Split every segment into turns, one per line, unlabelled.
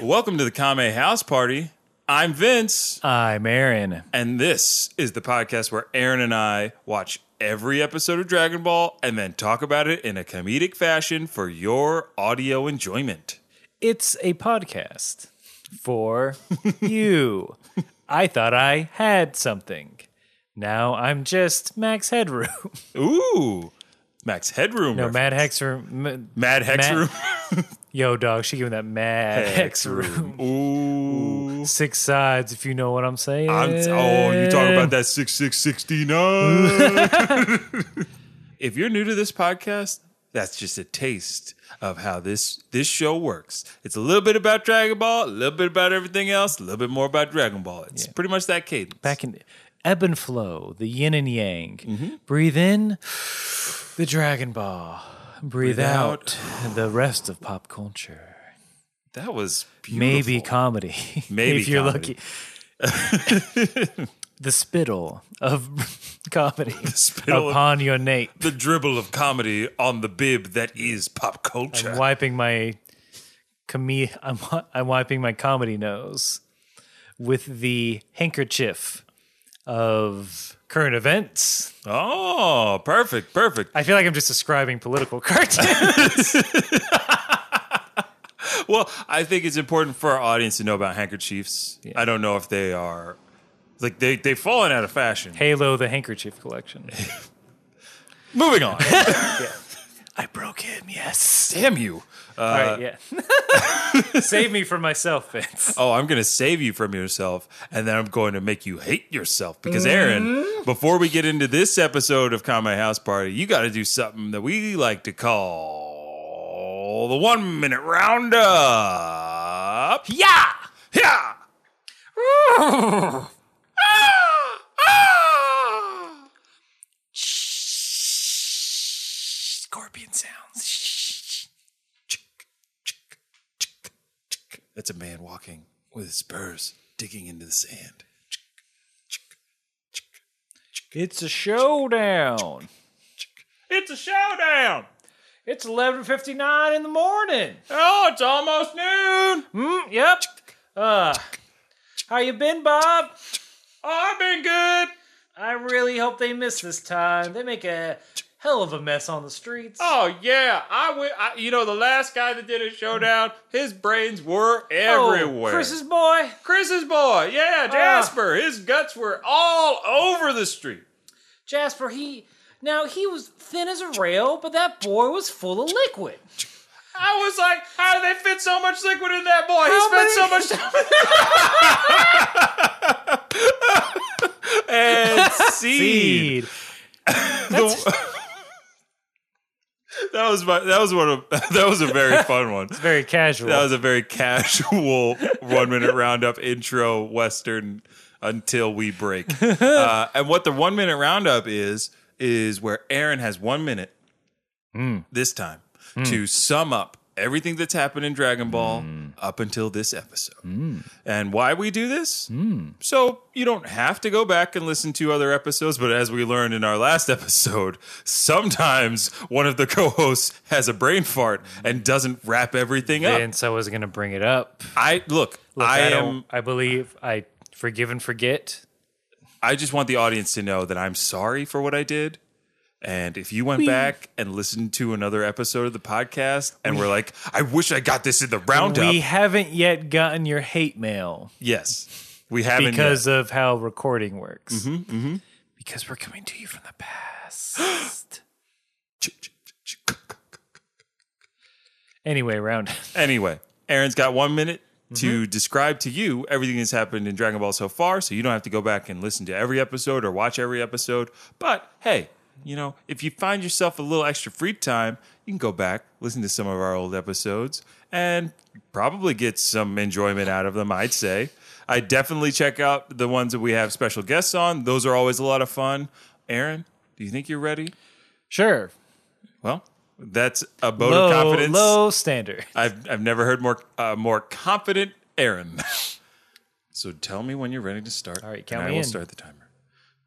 Welcome to the Kame House Party. I'm Vince,
I'm Aaron.
and this is the podcast where Aaron and I watch every episode of Dragon Ball and then talk about it in a comedic fashion for your audio enjoyment.
It's a podcast for you. I thought I had something. Now I'm just Max Headroom.
Ooh, Max Headroom.
No,
ref-
Mad Hex Room. Ma-
Mad Hex
Mad
Room.
Yo, dog, she gave me that Mad Hex Room.
Ooh.
Six sides, if you know what I'm saying.
I'm, oh, you talking about that 6669. if you're new to this podcast, that's just a taste of how this this show works. It's a little bit about Dragon Ball, a little bit about everything else, a little bit more about Dragon Ball. It's pretty much that cadence.
Back in ebb and flow, the yin and yang.
Mm-hmm.
Breathe in the Dragon Ball. Breathe, out, the rest of pop culture.
that was beautiful.
Maybe comedy.
Maybe
if you're
comedy.
lucky. the spittle of comedy
spittle of-
upon your nape.
the dribble of comedy on the bib that is pop culture.
I'm wiping my com- I'm, wi- I'm wiping my comedy nose with the handkerchief of current events.
oh, perfect, perfect.
I feel like I'm just describing political cartoons.
Well, I think it's important for our audience to know about handkerchiefs.
Yeah.
I don't know if they are like they they've fallen out of fashion.
Halo the handkerchief collection.
Moving on.
I broke him. Yes. Uh,
Damn you.
All right. Yeah. Save me from myself, Vince.
Oh, I'm going to save you from yourself and then I'm going to make you hate yourself because Aaron, before we get into this episode of Comedy House Party, you got to do something that we like to call the 1 minute roundup.
Yeah.
Yeah.
Scorpion sounds.
That's a man walking with his spurs digging into the sand.
It's a showdown.
It's a showdown.
It's 11:59 in the morning.
Oh, it's almost noon.
Mm, yep. Uh, how you been, Bob?
I've been good.
I really hope they miss this time. They make a hell of a mess on the streets.
Oh yeah, I wi- I- You know, the last guy that did a showdown, his brains were everywhere.
Oh, Chris's Ah. boy.
Chris's boy, yeah, Jasper. his guts were all over the street.
Jasper, he now he was thin as a rail, but that boy was full of liquid.
I was like, how do they fit so much liquid in that boy?
How
he spent
many-
so much time. and seed. That was my. That was one of. That was a very fun one.
Very casual.
That was a very casual one minute roundup intro Western until we break. Uh, and what the one minute roundup is, is where Aaron has one minute this time to sum up everything that's happened in Dragon Ball up until this episode. And why we do this? So you don't have to go back and listen to other episodes, but as we learned in our last episode, sometimes one of the co hosts has a brain fart and doesn't wrap everything up.
and so I was gonna bring it up.
I look,
Look,
I,
I,
am
don't. I believe I forgive and forget.
I just want the audience to know that I'm sorry for what I did. And if you went back and listened to another episode of the podcast and were like, I wish I got this in the roundup.
We haven't yet gotten your hate mail
yes. We haven't
because of how recording works. Because we're coming to you from the past.
yet.
anyway, round.
Anyway, Aaron's got one minute to describe to you everything that's happened in Dragon Ball so far, so you don't have to go back and listen to every episode or watch every episode. But hey, you know, if you find yourself a little extra free time, you can go back, listen to some of our old episodes, and probably get some enjoyment out of them, I'd say. I definitely check out the ones that we have special guests on. Those are always a lot of fun. Aaron, do you think you're ready?
Sure.
Well, that's a vote
Low,
of confidence.
low standard.
I've I've never heard more uh, more confident Aaron. so tell me when you're ready to start. All
right, count
and I
me
will
in.
start the timer.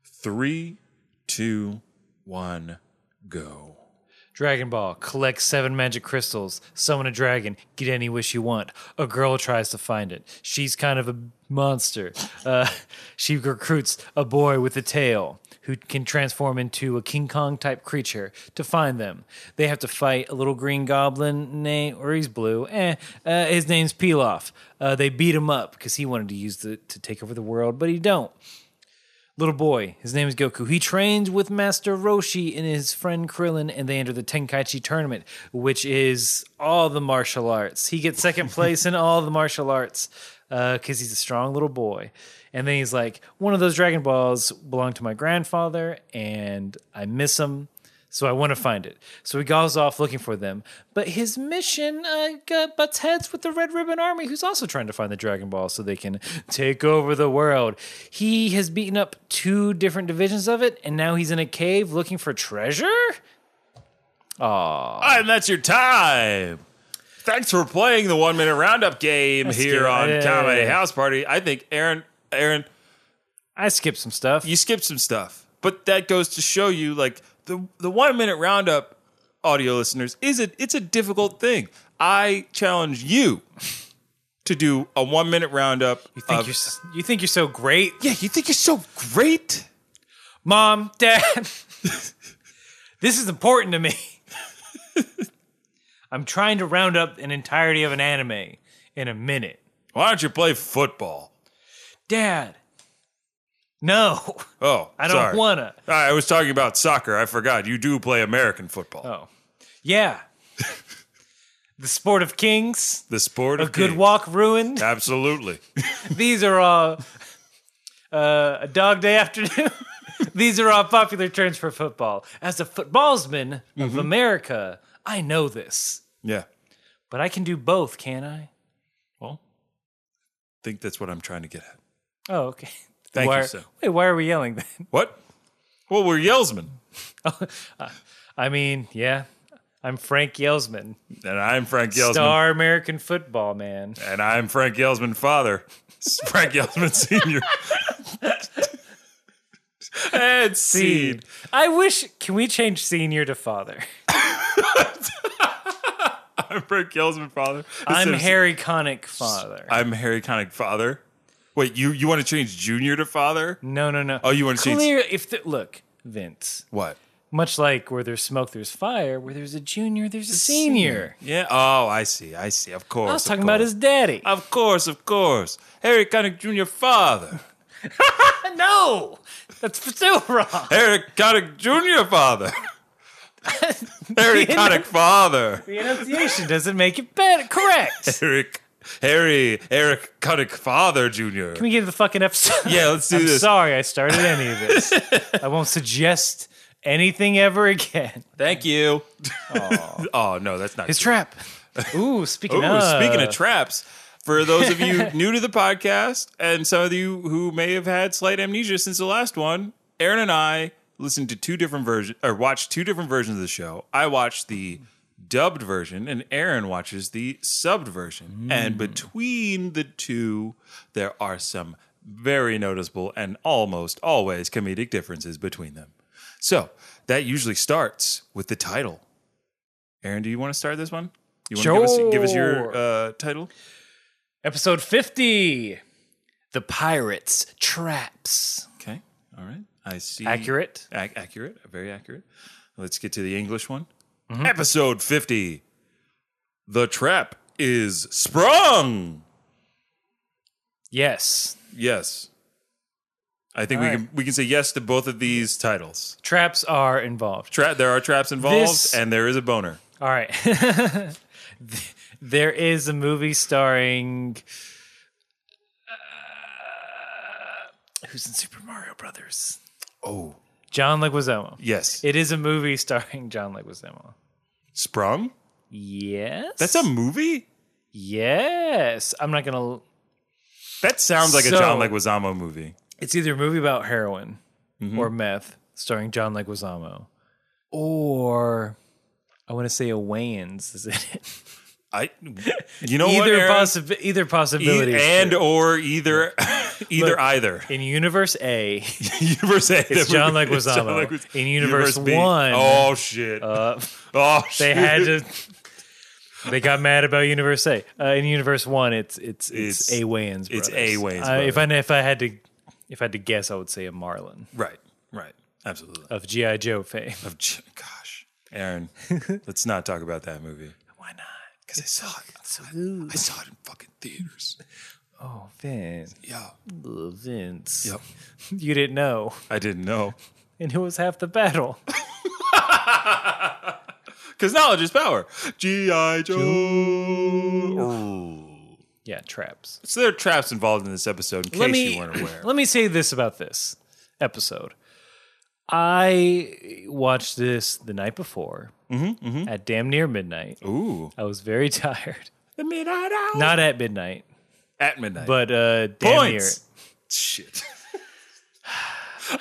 Three, two, one, go.
Dragon Ball, collect seven magic crystals, summon a dragon, get any wish you want. A girl tries to find it. She's kind of a monster. Uh, she recruits a boy with a tail who can transform into a King Kong type creature to find them. They have to fight a little green goblin name, or he's blue. Eh, uh, his name's Pilaf. Uh, they beat him up because he wanted to use the to take over the world, but he don't little boy. His name is Goku. He trains with Master Roshi and his friend Krillin, and they enter the Tenkaichi tournament, which is all the martial arts. He gets second place in all the martial arts because he's a strong little boy. And then he's like, one of those Dragon Balls belonged to my grandfather, and I miss him. So I want to find it. So he goes off looking for them, but his mission uh, got butts heads with the Red Ribbon Army, who's also trying to find the Dragon Ball so they can take over the world. He has beaten up two different divisions of it, and now he's in a cave looking for treasure.
And that's your time. Thanks for playing the one minute roundup game here
good.
on
Yeah,
Comedy
yeah, yeah.
House Party. I think Aaron, Aaron,
I skipped some stuff.
you skipped some stuff, but that goes to show you like the the one minute roundup audio listeners is a it's a difficult thing. I challenge you to do a one minute roundup.
You think
of-
you're s- you think you're so great,
yeah, you think you're so great.
mom, dad? this is important to me. I'm trying to round up an entirety of an anime in a minute.
Why don't you play football?
Dad. No,
Oh,
I don't
sorry.
wanna.
I was talking about soccer. I forgot. You do play American football,
Oh, yeah. the sport of kings,
the sport
a
of
good
games.
walk ruined.
Absolutely.
These are all uh, a dog day afternoon. These are all popular terms for football. As a footballsman of
Mm-hmm.
America, I know this,
Yeah.
but I can do both, can I?
Well, I think that's what I'm trying to get at.
Oh, okay.
Thank
why
you,
are-
sir.
Wait, why are we yelling then?
What? Well, we're Yelsman,
Uh, I mean, yeah, I'm Frank Yelsman,
and I'm Frank Yelsman,
star American football man.
and I'm Frank Yelsman father, Frank Yelsman senior. and seed.
I wish. Can we change senior to father?
I'm Frank Yelsman father.
I'm
Instead of-
Harry Connick father.
I'm Harry Connick father. Wait, you you want to change junior to father?
no, no, no.
Oh, you wanna change-
clear? If the, look, Vince.
What?
Much like where there's smoke, there's fire. Where there's a junior, there's a senior.
Yeah. Oh, I see. I see. Of course.
I was
of
talking about
course.
his daddy.
Of course, of course. Harry Connick Jr. father.
no, that's still wrong.
Harry Connick Jr. father. Harry
The
Connick father.
The enunciation doesn't make it better. Correct.
Eric, Harry, Eric Connick father Jr.
Let me get to the fucking episode.
Yeah, let's do
I'm
this.
sorry I started any of this. I won't suggest anything ever again.
Thank you. oh no, that's not.
His trap. Ooh, speaking
Ooh,
of.
speaking of traps, for those of you new to the podcast and some of you who may have had slight amnesia since the last one, Aaron and I listened to two different versions or watched two different versions of the show. I watched the dubbed version and Aaron watches the subbed version. And between the two, there are some very noticeable and almost always comedic differences between them. So that usually starts with the title. Aaron, do you want to start this one? You want to give us, give us your
Sure.
uh, title?
Episode 50 The Pirates Traps.
Okay. All right. I see.
Accurate.
Ac- accurate. Very accurate. Let's get to the English one.
Mm-hmm.
Episode 50. The trap is sprung.
Yes.
Yes. I think
All
we
right.
can we can say yes to both of these titles.
Traps are involved.
Tra- there are traps involved,
This-
and there is a boner.
All right. Th- there is a movie starring. uh, who's in Super Mario Brothers?
Oh,
John Leguizamo.
yes.
It is a movie starring John Leguizamo.
sprung?
Yes.
That's a movie?
Yes. I'm not going to.
That sounds like a
So-
John Leguizamo movie.
It's either a movie about heroin
Mm-hmm.
or meth starring John Leguizamo, or I want to say a Wayans is in it.
I, you know what,
either
Aaron?
possi- either possibility
E-
is
and
true.
or either, either
Look.
either.
in universe A,
Universe A.
It's John Leguizamo.
Leguz-
In Universe
B.
one,
Oh shit.
uh,
oh shit.
they had to. They got mad about Universe A. Uh, in Universe One, it's it's it's,
It's-
A Wayans.
it's A.
brothers.
Wayans
Uh, if I if I had to if I had to guess, I would say a Marlin
right. Right. Absolutely.
of GI Joe fame.
Of j- gosh, Aaron, let's not talk about that movie
Why not?
because I saw it. I saw it in fucking theaters.
Oh, Vince.
Yeah.
Ugh, Vince.
Yep.
You didn't know,
I didn't know
and it was half the battle.
because knowledge is power. GI Joe. Ooh.
Yeah, traps.
So there are traps involved in this episode. In
let
case
me
you weren't aware.
let me say this about this episode. I watched this the night before at damn near midnight.
Mm-hmm, Ooh.
I was very tired.
The midnight hour.
Not at midnight,
at midnight.
but uh, damn
points. Shit.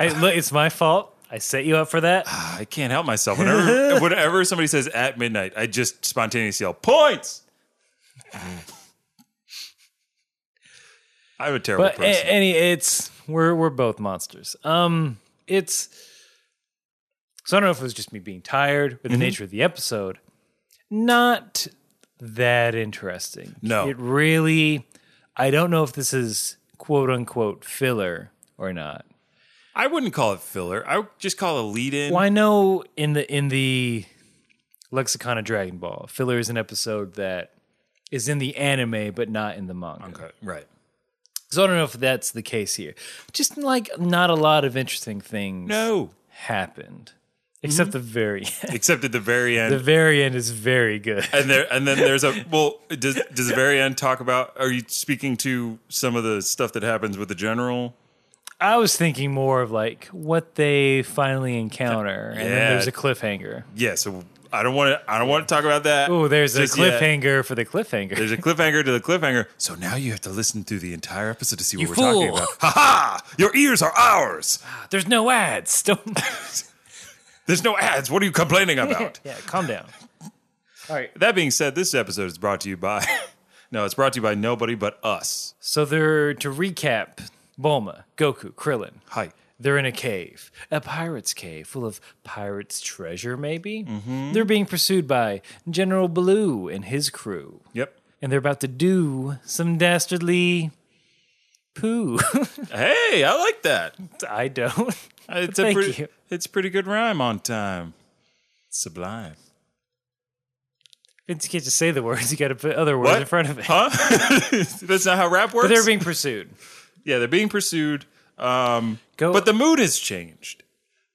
near. I, look, it's my fault. I set you up for that.
I can't help myself. Whenever, whenever somebody says at midnight, I just spontaneously yell, points. I'm a terrible
But eh,
person.
a- any, it's we're we're both monsters. Um, it's so I don't know if it was just me being tired or the
Mm-hmm.
nature of the episode. Not that interesting.
No.
it really. I don't know if this is quote unquote filler or not.
I wouldn't call it filler. I would just call it a lead in.
Well, I know in the in the lexicon of Dragon Ball, filler is an episode that is in the anime but not in the manga.
Okay, right.
So I don't know if that's the case here. Just like not a lot of interesting things
No.
happened. Except the very end.
Except at the very end.
Mm-hmm. The very end is very good.
and there and then there's a well does does the very end talk about are you speaking to some of the stuff that happens with the general?
I was thinking more of like what they finally encounter. And then
Yeah.
there's a cliffhanger.
Yeah, so I don't want to I don't want to talk about that.
Oh, there's a
Just yet.
cliffhanger for the cliffhanger.
There's a cliffhanger to the cliffhanger. So now you have to listen through the entire episode to see what
You
we're talking
fool.
about. Ha ha! Your ears are ours.
There's no ads. Don't
There's no ads. What are you complaining about?
Yeah, calm down. All right.
that being said, this episode is brought to you by No, it's brought to you by nobody but us.
So they're to recap Bulma, Goku, Krillin.
Hi.
They're in a cave, a pirate's cave full of pirates' treasure, maybe?
Mm-hmm.
They're being pursued by General Blue and his crew,
Yep.
and they're about to do some dastardly poo.
Hey, I like that.
I don't.
Uh, It's a
Thank
pretty,
you.
it's a pretty good rhyme on time. Sublime.
Vince, you can't just say the words, you gotta put other words in front of it.
Huh? That's not how rap works.
But they're being pursued.
yeah, they're being pursued. Um,
Go-
but the mood has changed.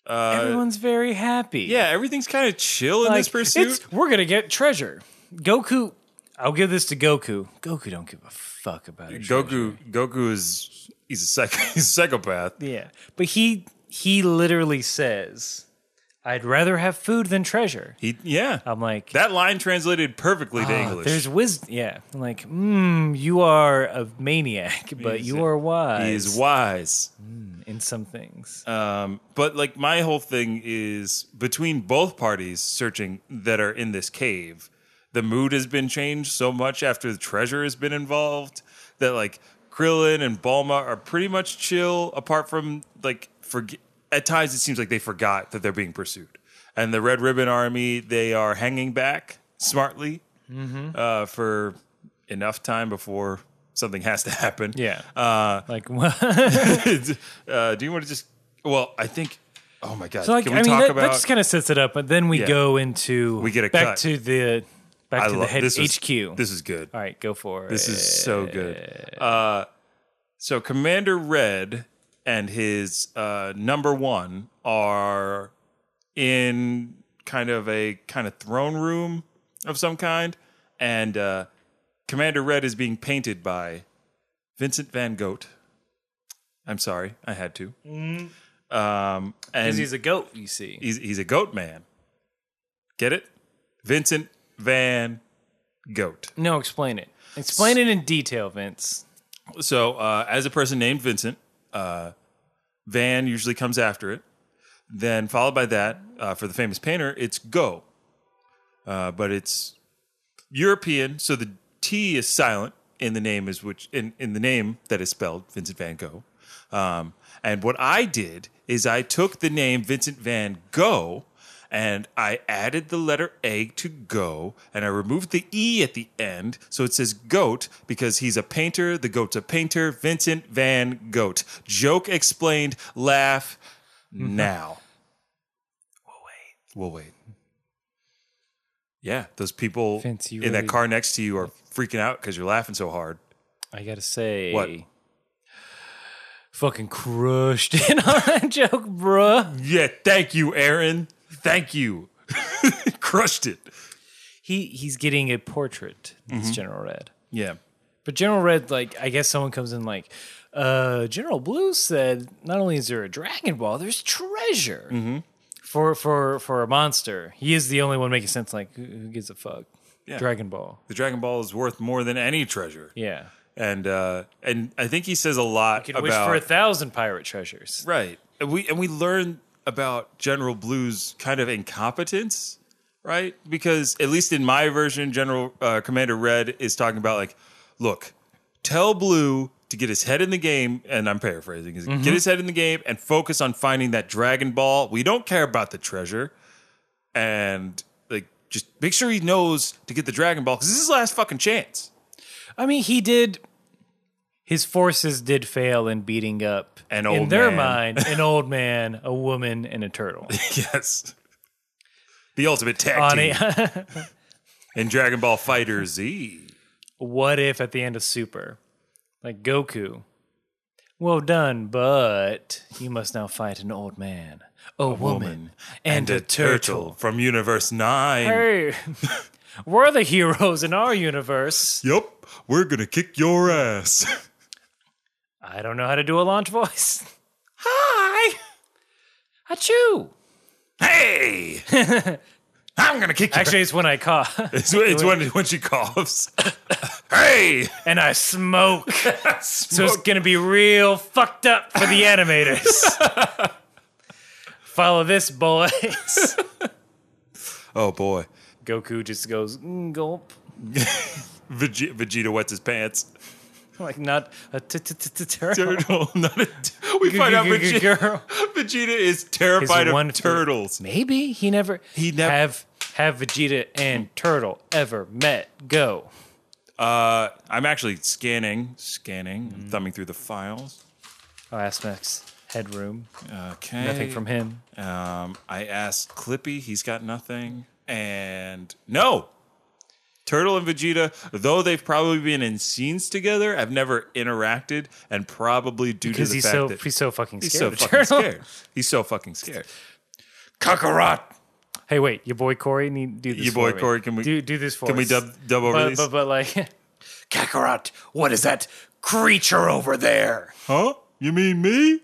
Everyone's very happy.
Uh, Yeah, everything's kind of chill in
Like,
this pursuit.
it's- we're gonna get treasure. Goku, I'll give this to Goku. Goku don't give a fuck about it.
Goku Goku is he's a psych, he's a psychopath.
Yeah, but he he literally says, "I'd rather have food than treasure."
He yeah.
I'm like,
that line translated perfectly to
"Ah,
English.
There's wisdom. Yeah, I'm like, mm, you are a maniac, but
He's
you
a-
are wise
he is wise.
in some things.
Um, but like my whole thing is between both parties searching that are in this cave, the mood has been changed so much after the treasure has been involved that like Krillin and Balma are pretty much chill apart from like forget at times it seems like they forgot that they're being pursued. And the Red Ribbon Army, they are hanging back smartly uh, for enough time before something has to happen.
yeah,
Uh,
like what?
uh, do you want to just? Well, I think. Oh my god!
so like
Can
I
we
mean,
talk
that, that
about?
just kind of sets it up, but then we
Yeah.
go into we
get a
back
cut.
to the back
I
to the
love-
head
this is-
HQ.
This is good.
All right, go for
This
it.
is so good. Uh, so Commander Red and his uh, number one are in kind of a kind of throne room of some kind, and uh, Commander Red is being painted by Vincent Van Gogh. I'm sorry, I had to. Um, and
Because he's a goat, you see.
He's he's a goat man. Get it? Vincent Van Goat.
No, explain it. Explain it in detail, Vince.
So, uh, as a person named Vincent, uh, Van usually comes after it. Then, followed by that, uh, for the famous painter, it's Go. Uh, but it's European, so the T is silent in the name is which in, in the name that is spelled Vincent Van Gogh. Um, and what I did is I took the name Vincent Van Gogh and I added the letter A to go, and I removed the E at the end, so it says goat because he's a painter. The goat's a painter. Vincent Van Gogh. Joke explained. Laugh
Mm-hmm.
now. We'll wait. We'll wait. Yeah, those people
Vince, you
in
really-
that car next to you are freaking out because you're laughing so hard.
I gotta say,
What?
Fucking crushed in on that joke, bruh.
Yeah, thank you, Aaron. Thank you. Crushed it.
He he's getting a portrait. This General Red,
Yeah.
but General Red, like I guess someone comes in like, uh, General Blue said, not only is there a Dragon Ball, there's treasure for for for a monster. He is the only one making sense. Like who, who gives a fuck?
Yeah.
Dragon Ball.
The Dragon Ball is worth more than any treasure.
Yeah,
and uh, and I think he says a lot
could
about
wish for a thousand pirate treasures.
right. And we and we learn about General Blue's kind of incompetence, right? Because at least in my version, General uh, Commander Red is talking about like, look, tell Blue to get his head in the game, and I'm paraphrasing. is Get his head in the game and focus on finding that Dragon Ball. We don't care about the treasure, and like just make sure he knows to get the Dragon Ball because this is his last fucking chance.
I mean, he did. His forces did fail in beating up,
An
in
old
their
man.
mind, an old man, a woman, and a turtle.
Yes. The ultimate tag
On
team
a-
in Dragon Ball Fighter Z.
what if at the end of Super, like Goku? Well done, but you must now fight an old man, a, woman, and, a, turtle.
from Universe 9.
Hey, we're the heroes in our universe.
Yup, we're gonna kick your ass.
I don't know how to do a launch voice. Hi, achoo.
hey! I'm gonna kick you.
Actually, it's when I cough.
it's, it's when, when she coughs. hey!
and I smoke. So it's going to be real fucked up for the animators. Follow this, boys.
Oh boy.
Goku just goes, mm, gulp.
Vege- Vegeta wets his pants.
Like, not a t- t- t- t- turtle.
Turtle, not a t- we find out Vegeta,
Girl.
Vegeta is terrified
one-
of turtles.
Maybe he never.
He nev-
Have, have Vegeta and Turtle ever met? Go.
Uh, I'm actually scanning, scanning, I'm thumbing through the files.
Oh, Aspects headroom.
Okay.
Nothing from him.
Um, I asked Clippy, he's got nothing. And no, Turtle and Vegeta, though they've probably been in scenes together, I've never interacted, and probably due to
Because
the
he's
fact
so,
that
he's so fucking
he's
scared.
so
of
fucking
turtle.
scared. He's so fucking scared. Kakarot.
Hey, wait, your boy Corey need do this.
Your boy
for me.
Corey, can we-
do do this for
Can we
us.
dub dub over
But,
these?
but but like,
Kakarot, what is that creature over there?
Huh? You mean me?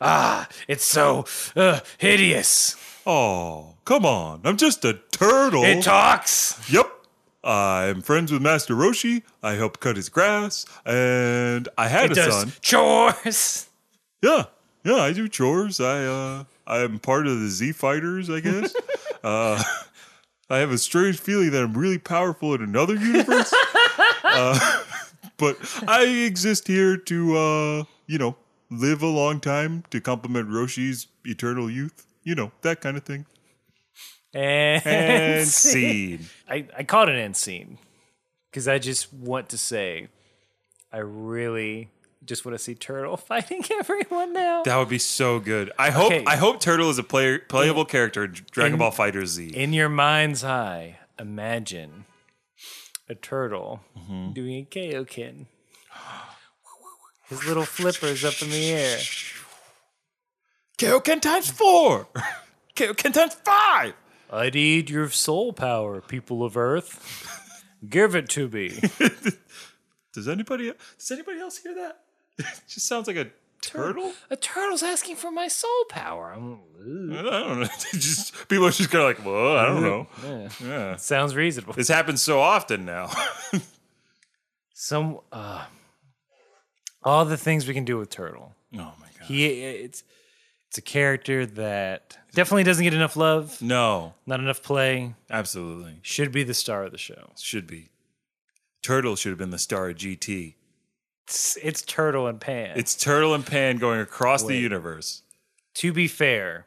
Ah, it's so
So uh, hideous.
Oh, come on! I'm just a turtle.
It talks.
Yep. I'm friends with Master Roshi. I help cut his grass, and I had a
does
son.
Chores.
Yeah, yeah. I do chores. I uh, I'm part of the Z Fighters, I guess. uh, I have a strange feeling that I'm really powerful in another universe, Uh, but I exist here to uh, you know live a long time to complement Roshi's eternal youth. You know that kind of thing.
and,
And scene.
I I caught an end scene because I just want to say, I really just want to see Turtle fighting everyone now.
That would be so good. I hope
Okay.
I hope Turtle is a player, playable character in Dragon Ball Fighter Z.
In your mind's eye, imagine a turtle doing a Kaioken. His little flippers up in the air.
Kaioken times four. Kaioken times five.
I need your soul power, people of Earth. Give it to me.
Does anybody does anybody else hear that? It just sounds like a turtle.
A turtle's asking for my soul power. Mm, I'm,
I don't know. just people are just kind of like, whoa, I don't know.
sounds reasonable.
This happens so often now.
Oh Some uh, all the things we can do with turtle.
Oh my god.
He it's It's a character that definitely doesn't get enough love,
No,
not enough play.
absolutely.
Should be the star of the show.
Should be. Turtle should have been the star of GT.
It's, it's Turtle and Pan.
It's Turtle and Pan going across the
Wait.
universe.
to be fair,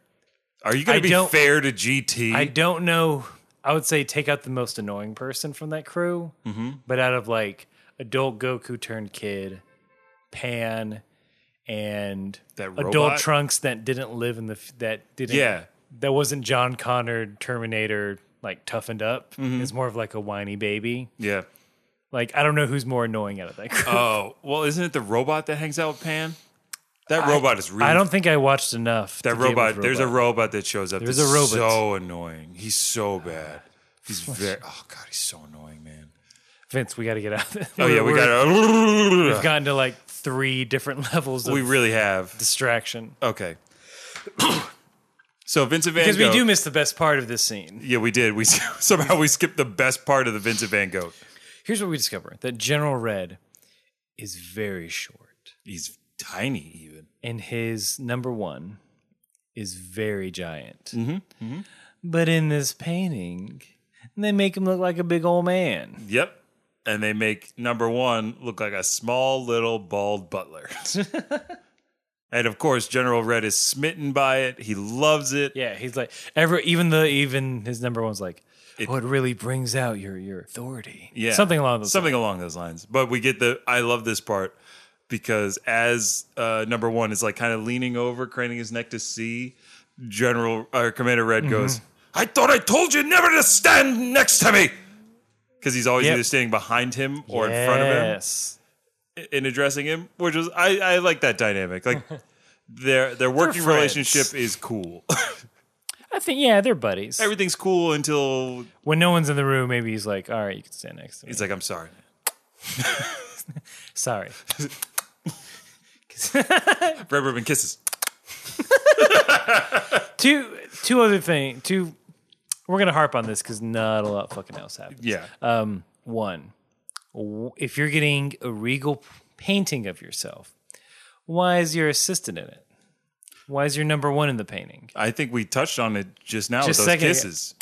Are you going
I
to be
don't-
fair to GT?
I don't know. I would say take out the most annoying person from that crew,
Mm-hmm.
but out of like adult Goku turned kid, Pan, and
That
adult
robot?
Trunks that didn't live in the f- that didn't
Yeah.
that wasn't John Connor Terminator like toughened up.
Mm-hmm.
It's more of like a whiny baby.
yeah.
Like I don't know who's more annoying out of that crew.
Oh well, isn't it the robot that hangs out with Pan? That robot is really.
I don't think I watched enough. to
that
get with
robot, There's a robot that shows up.
There's
that's
a robot.
So annoying. He's so bad. He's very. Oh god, he's so annoying, man.
Vince. We got to get out.
Oh yeah, we got.
We've
to
gotten to like three different levels of
We really have.
distraction.
Okay. so Vincent Van
Because
Gogh.
we do miss the best part of this scene.
yeah, we did. We somehow we skipped the best part of the Vincent Van Gogh.
Here's what we discover that General Red is very short,
He's tiny, even.
and his number one is very giant. Mm-hmm. But in this painting, they make him look like a big old man.
Yep. And they make number one look like a small little bald butler. and of course, General Red is smitten by it. He loves it.
Yeah, he's like every even the even his number one's like, oh, it really brings out your your authority.
Yeah.
something along those.
something along those lines. But we get the I love this part because as uh, number one is like kind of leaning over, craning his neck to see General or Commander Red
Mm-hmm.
goes, "I thought I told you never to stand next to me," because he's always
Yep.
either standing behind him or
lines.
in front of him.
Yes.
in addressing him, which is I, I like that dynamic. Like their their working
friends.
relationship is cool.
I think yeah, they're buddies.
Everything's cool until
When no one's in the room, maybe he's like, all right, you can stand next to me.
he's like, "I'm sorry."
Sorry.
Red ribbon kisses.
two two other thing two we're gonna harp on this because not a lot fucking else happens
Yeah,
one w- if you're getting a regal painting of yourself why is your assistant in it why is your number one in the painting
I think we touched on it just now
Just
with those
second ago.
kisses.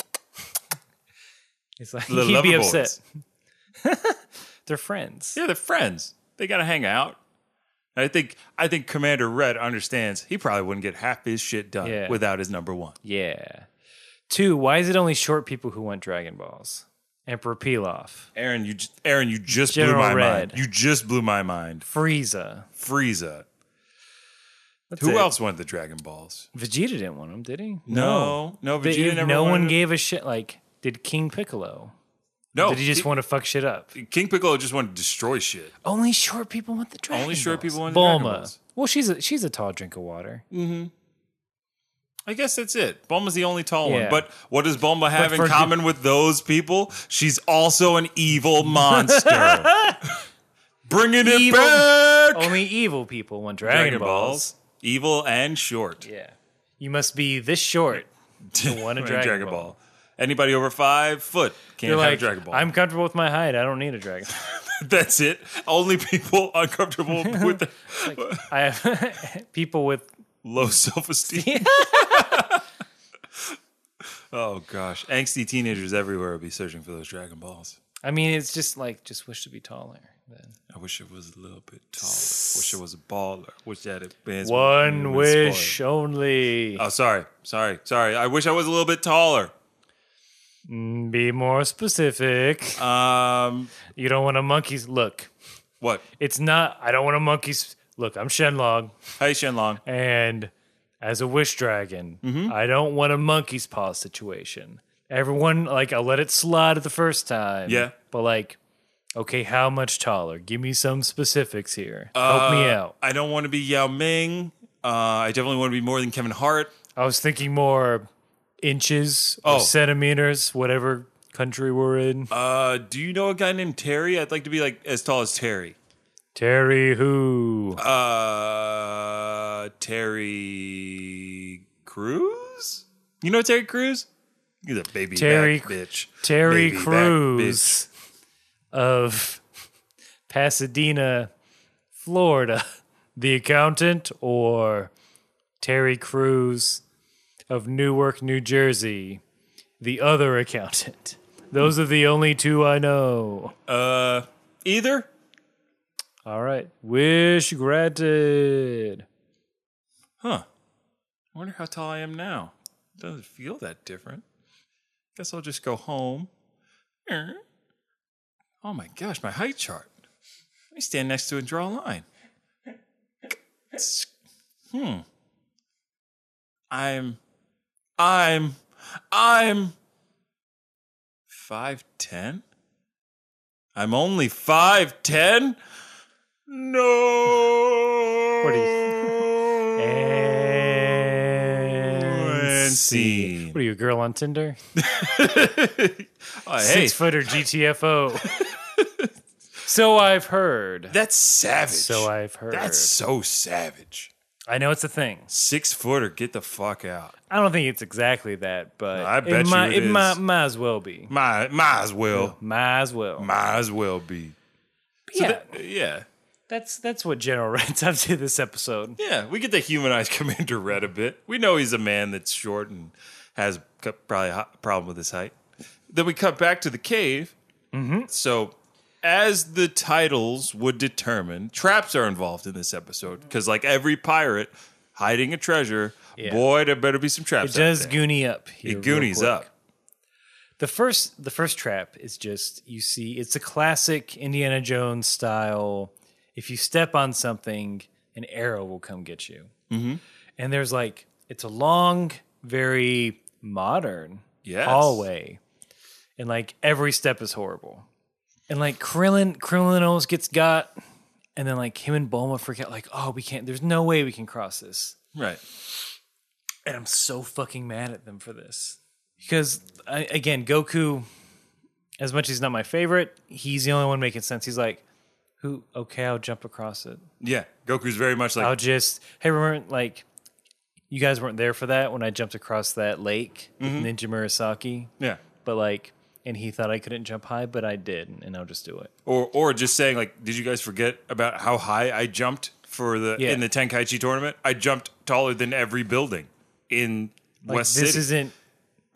it's like
The
he'd be
lover boys.
upset they're friends
Yeah, they're friends. They gotta hang out. And I think I think Commander Red understands. He probably wouldn't get half his shit done
Yeah.
without his number one.
yeah two why is it only short people who want dragon balls emperor pilaf
Aaron, you j- Aaron, you just
General
blew my
Red.
mind. You just blew my mind.
frieza
Frieza.
That's
Who
it.
else wanted the Dragon Balls?
vegeta didn't want them did he
No, no,
But
Vegeta
if
never
no
wanted Oh,
one
to-
gave a shit. Like, did King Piccolo?
No,
did he just want to fuck shit up?
King Piccolo just wanted to destroy shit.
Only short people want the dragon.
Only short
Balls.
people want the
Bulma.
Dragon Balls.
Well, she's a she's a tall drink of water.
I guess that's it. Bulma's the only tall
Yeah.
one. But what does Bulma have in
for-
common with those people? She's also an evil monster. Bringing it
Evil-
back.
Only evil people want dragon,
Dragon
balls.
Balls. Evil and short.
Yeah, you must be this short to want a
And
dragon, ball.
Anybody over five foot can't
You're
have
like,
a Dragon Ball.
I'm comfortable with my height. I don't need a dragon.
That's it. Only people uncomfortable with the
I have people with
low self esteem. oh gosh, angsty teenagers everywhere would be searching for those Dragon Balls.
I mean, it's just like just wish to be taller. Then
I wish it was a little bit taller. Wish it was a baller. Wish that it was
one
was spoiled.
wish only.
Oh, sorry, sorry, sorry. I wish I was a little bit taller.
Be more specific.
Um,
you don't want a monkey's look.
what?
It's not. I don't want a monkey's look. I'm Shenlong,
Hey, Shenlong.
and as a wish dragon,
Mm-hmm.
I don't want a monkey's paw situation. Everyone, like, I'll let it slide the first time.
Yeah.
but like, okay, how much taller? Give me some specifics here. Help
Uh,
me out.
I don't want to be Yao Ming. Uh, I definitely want to be more than Kevin Hart.
I was thinking more inches
Oh.
or centimeters, whatever country we're in.
Uh, do you know a guy named Terry? I'd like to be like as tall as Terry.
Terry, who?
Uh, Terry Crews. You know Terry Crews? He's a baby
Terry-
back bitch.
Terry
Baby back bitch.
Cruz of Pasadena, Florida, the accountant, or Terry Crews of Newark, New Jersey, the other accountant. Those are the only two I know.
Uh, Either
All right. Wish granted.
Huh. I wonder how tall I am now. Doesn't feel that different. Guess I'll just go home. Er. Oh my gosh, my height chart. Let me stand next to it and draw a line. It's- Hmm. I'm I'm I'm 5'10? I'm only 5'10? No.
What do And
And scene.
What are you, a girl on Tinder?
Uh, hey,
Six footer GTFO. so I've heard.
that's savage.
So I've heard.
That's so savage.
I know it's a thing.
Six footer, get the fuck out.
I don't think it's exactly that, but
I bet
it,
you
might,
it is.
might, might as well be.
Might, might as well.
Might as well.
Might as well be.
yeah,
Yeah.
that's that's what General Rent's up to this episode.
Yeah. We get to humanize Commander Red a bit. We know he's a man that's short and has co- probably a h- problem with his height. Then we cut back to the cave. Mm-hmm. So, as the titles would determine, traps are involved in this episode because, like every pirate hiding a treasure,
Yeah.
boy, there better be some traps.
It
out
does
there.
Goonie up. Here
It goonies
real quick.
up.
The first the first trap is just you see it's a classic Indiana Jones style. If you step on something, an arrow will come get you. Mm-hmm. And there's like it's a long, very modern
Yes.
hallway, and like every step is horrible. And like Krillin, Krillin almost gets got, and then like him and Bulma forget like, oh, we can't. There's no way we can cross this.
Right.
And I'm so fucking mad at them for this. Because, I, again, Goku, as much as he's not my favorite, he's the only one making sense. He's like, who, okay, I'll jump across it.
Yeah. Goku's very much like,
I'll just, hey, remember, like, you guys weren't there for that when I jumped across that lake with Ninja Murasaki.
Mm-hmm. yeah.
But, like, and he thought I couldn't jump high, but I did, and I'll just do it.
Or or just saying like, did you guys forget about how high I jumped for the
Yeah.
in the Tenkaichi tournament? I jumped taller than every building in
Like,
West
this
City
isn't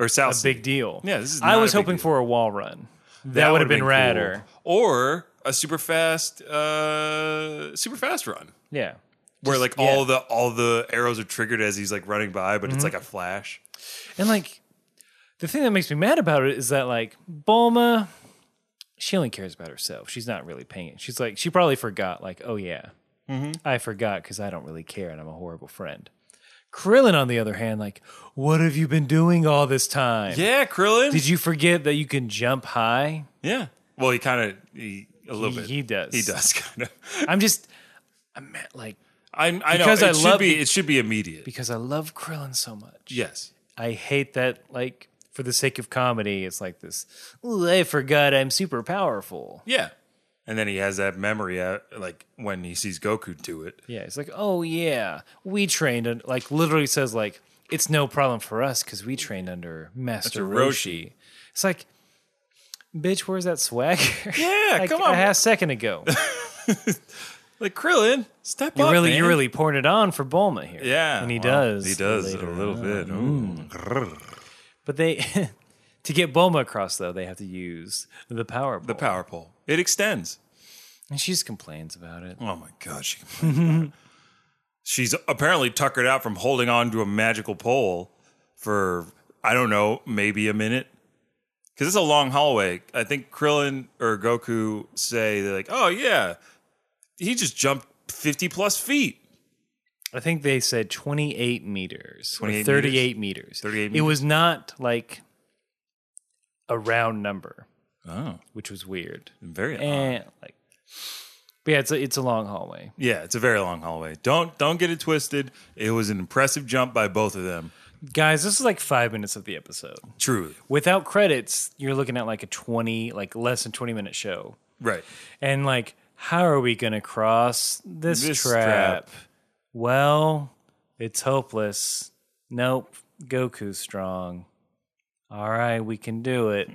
or South.
a big deal.
Yeah, this is
I
not
was
a big
hoping
deal.
for a wall run. That, would have been, radder.
cool. Or a super fast, uh, super fast run
Yeah.
where like
yeah. Mm-hmm.
all the all the arrows are triggered as he's like running by, but it's like a flash.
And like the thing that makes me mad about it is that like Bulma, she only cares about herself. She's not really paying. She's like she probably forgot. Like oh yeah, I forgot because I don't really care and I'm a horrible friend. Krillin, on the other hand, like what have you been doing all this time?
Yeah, Krillin.
Did you forget that you can jump high?
yeah. Well, he kind of he a little
He-
bit.
he does.
He does kind of.
I'm just I'm at, like
I I know
Because
it
I
should
love-
be it should be immediate.
because I love Krillin so much.
yes.
I hate that like. For the sake of comedy, it's like this. "Ooh, I forgot I'm super powerful.
Yeah. And then he has that memory, uh, like when he sees Goku do it.
Yeah, it's like, oh yeah, we trained and like literally says like it's no problem for us because we trained under
Master
Master Roshi.
Roshi.
It's like, bitch, where's that swagger?
Yeah,
like,
come on.
A half second ago,
Like Krillin, step
you
up.
really,
man.
you really pouring it on for Bulma here.
yeah.
and he
well,
does.
He does
later
a little
on.
bit. Ooh.
Mm. But they, to get Bulma across though, they have to use the power.
The power pole. It extends.
and she just complains about it.
Oh my god, she complains about it. She's apparently tuckered out from holding on to a magical pole for I don't know, maybe a minute. Because it's a long hallway. I think Krillin or Goku say they're like, "Oh yeah, he just jumped fifty plus feet."
I think they said 28 meters,
28
or 38 meters.
38
It
meters.
was not like a round number,
Oh,
which was weird.
very odd.
And like, but yeah, it's a, it's a long hallway.
Yeah, it's a very long hallway. Don't don't get it twisted. It was an impressive jump by both of them.
Guys, this is like five minutes of the episode.
Truly.
Without credits, you're looking at like a 20, like less than 20 minute show.
Right.
And like, how are we going to cross this,
This
trap?
trap.
Well, it's hopeless. Nope.
Mm-hmm.
Goku's strong. All right, we can do it.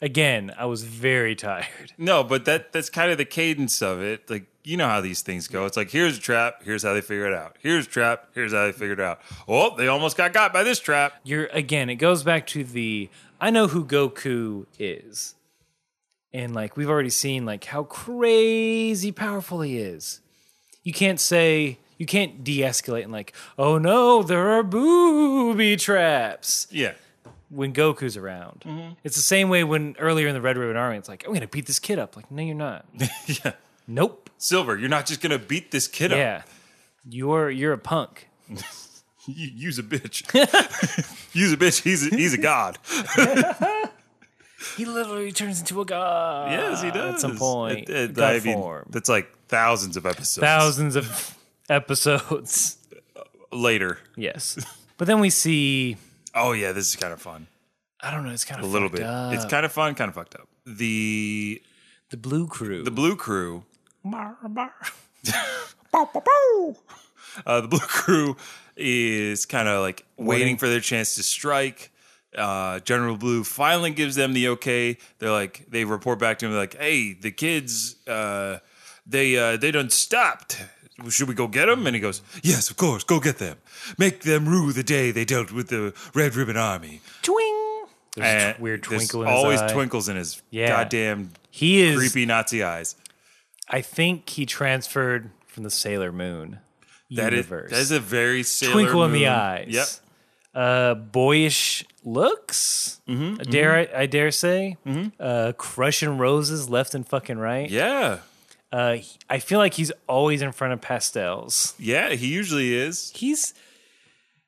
Again, I was very tired.
No, but that that's kind of the cadence of it. Like you know how these things go. It's like here's a trap, here's how they figure it out. Here's a trap, here's how they figure it out. Oh, they almost got got by this trap.
You're again, it goes back to the I know who Goku is. And like we've already seen like how crazy powerful he is. You can't say you can't de-escalate and like, "Oh no, there are booby traps."
Yeah.
when Goku's around. It's the same way when earlier in the Red Ribbon Army, it's like, I'm going to beat this kid up. Like, no, you're not. Nope.
Silver, you're not just gonna beat this kid up.
Yeah. You're you're a punk.
You, use a bitch. use a bitch. He's a, he's a god.
He literally turns into a god.
yes, he does.
At some point.
It- it-
god
I mean,
form.
that's like thousands of episodes
Thousands of episodes.
later.
Yes. But then we see
Oh yeah, this is kind of fun.
I don't know, it's kind
A
of
little bit. It's kind of fun, kind of fucked up. The
the blue crew.
the blue crew Uh, the Blue Crew is kind of like waiting for their chance to strike. Uh, General Blue finally gives them the okay. They're like, they report back to him like, "Hey, the kids, uh, they uh, they done stopped. Should we go get them?" And he goes, "Yes, of course, go get them. Make them rue the day they dealt with the Red Ribbon Army."
twing. There's a
And
tw- weird
there's
twinkle in his
always
eye.
twinkles in his
Yeah.
goddamn
He is
creepy Nazi eyes.
I think he transferred from the Sailor Moon
That is
universe.
that is a very Sailor
twinkle in the
Moon-
eyes.
Yep.
Uh, boyish looks.
Mm-hmm,
I dare I, I dare say. Uh, crushing roses left and fucking right.
Yeah.
Uh, he- I feel like he's always in front of pastels.
Yeah, he usually is.
He's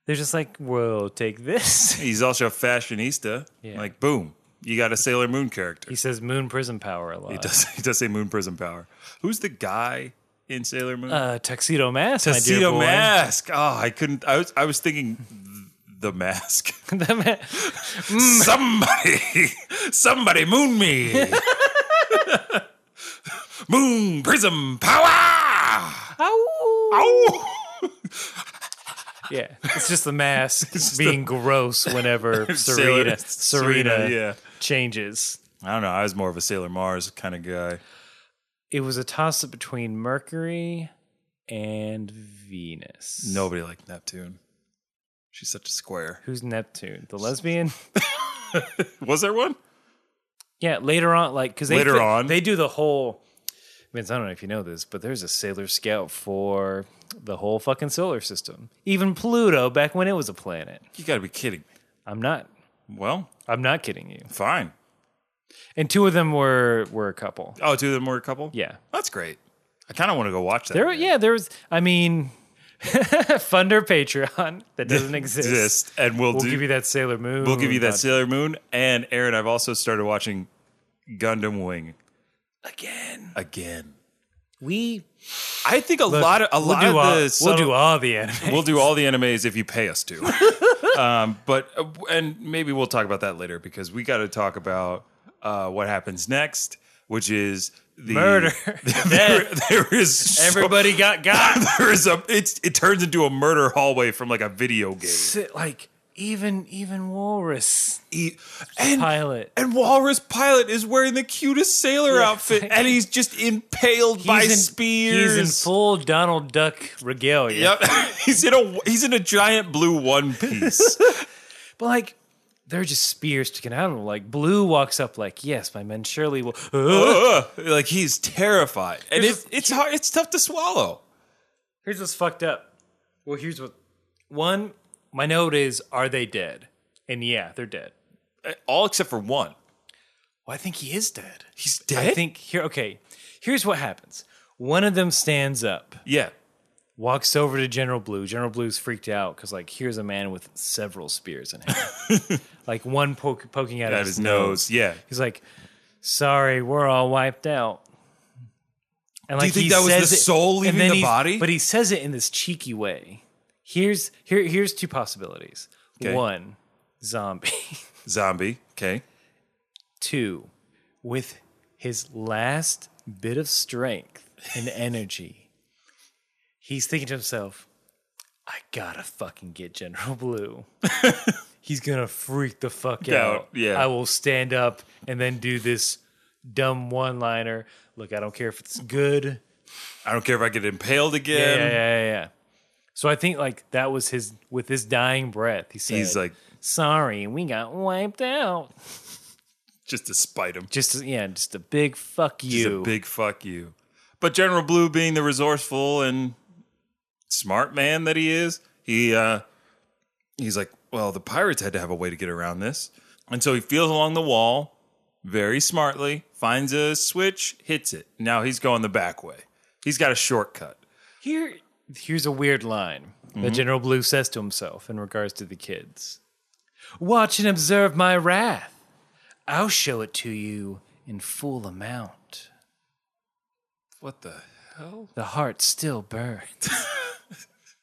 they're just like, whoa, take this.
He's also a fashionista.
Yeah.
Like, boom, you got a Sailor Moon character.
He says Moon Prison Power a lot.
He does. He does say Moon Prison Power. Who's the guy in Sailor Moon?
Uh, tuxedo mask. my dear
Tuxedo
boy.
Mask. Oh, I couldn't. I was. I was thinking th- the mask.
That man-
somebody, somebody, moon me. moon Prism Power.
Ow.
Oh.
Yeah, it's just the mask being gross whenever Serena Serena,
Serena, yeah.
changes.
I don't know. I was more of a Sailor Mars kind of guy.
it was a toss up between Mercury and Venus.
Nobody liked Neptune. She's such a square.
Who's Neptune? The lesbian?
Was there one?
Yeah, later on, like because
Later on.
they do the whole. Vince, I don't know if you know this, but there's a Sailor Scout for the whole fucking solar system, even Pluto back when it was a planet.
You got to be kidding me.
I'm not.
Well,
I'm not kidding you.
fine.
And two of them were were a couple.
Oh, two of them were a couple.
Yeah.
that's great. I kind of want to go watch that.
There, yeah, there was. I mean, fund our Patreon that doesn't exist.
Exist, and we'll,
We'll
do.
give you that Sailor Moon.
we'll give you that
podcast.
Sailor Moon and Aaron. I've also started watching Gundam Wing
again.
again.
We
I think a lot of a lot
we'll
of
do all,
the
we'll
subtle-
do all the anime.
we'll do all the animes if you pay us to. um, but uh, and maybe we'll talk about that later because we got to talk about uh, what happens next, which is the
Murder.
There- there is so-
Everybody got got.
there is a it's it turns into a murder hallway from like a video game.
like even even Walrus
E- and
pilot.
and Walrus Pilot is wearing the cutest sailor outfit, and he's just impaled by
He's in-
spears.
He's in full Donald Duck regalia.
Yep. he's in a he's in a giant blue one piece.
But like they're just spears sticking out of him. Like Blue walks up like, yes, my men surely will
Ugh. like he's terrified, and
Here's
it's it's hard, it's tough to swallow.
Here's what's fucked up. Well, here's what one, my note is, are they dead? And yeah, they're dead.
Uh, All except for one.
Well, I think he is dead.
He's dead.
I think here okay. Here's what happens. One of them stands up.
yeah.
walks over to General Blue. General Blue's freaked out because like here's a man with several spears in him, like one poke, poking out
At
of his
his nose. Yeah.
He's like, "Sorry, we're all wiped out." And like
think
he
that was the
says it-
soul
and
leaving
then
the
he's-
body?
But he says it in this cheeky way. Here's here here's two possibilities.
Okay.
One, zombie.
Zombie. Okay.
Two, with his last bit of strength and energy, he's thinking to himself, I gotta fucking get General Blue. he's gonna freak the fuck
Doubt,
out.
yeah.
I will stand up and then do this dumb one liner. Look, I don't care if it's good.
I don't care if I get impaled
Yeah,
again.
yeah, yeah, yeah. So I think like that was his with his dying breath. He said,
He's like,
"Sorry, we got wiped out."
just to spite him.
Just yeah, just a big fuck
Just
you.
a big fuck you. But General Blue, being the resourceful and smart man that he is, he uh, he's like, well, the pirates had to have a way to get around this, and so he feels along the wall very smartly, finds a switch, hits it. Now he's going the back way. He's got a shortcut.
Here, here's a weird line that General Blue says to himself in regards to the kids. Watch and observe my wrath. I'll show it to you in full amount.
What the hell?
The heart still burns.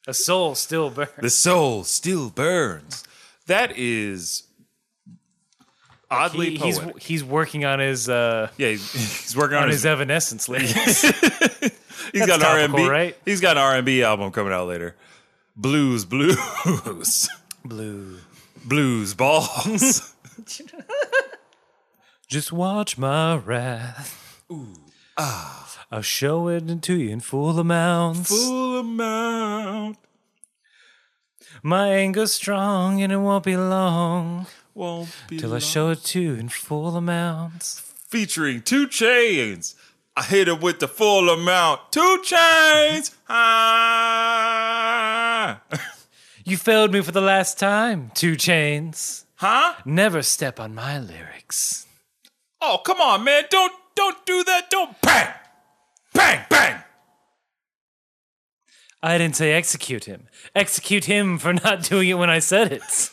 a soul still burns.
The soul still burns. That is oddly
He- he's
poetic.
he's working on his uh,
yeah, he's, he's working on,
on
his.
his Evanescence lyrics.
he's got an R and
topical,
B.
right?
He's got an R and B album coming out later. Blues, blues,
Blue.
blues balls.
Just watch my wrath. Ooh. Ah. I'll show it to you in full amounts.
Full amount
My anger's strong and it won't be long
won't be
till I
long.
show it to you in full amounts.
Featuring two chains. I hit him with the full amount. Two chains. Ah.
You failed me for the last time, Two Chains.
huh?
Never step on my lyrics.
Oh, come on, man. Don't don't do that. Don't bang. Bang, bang.
I didn't say execute him. Execute him for not doing it when I said it.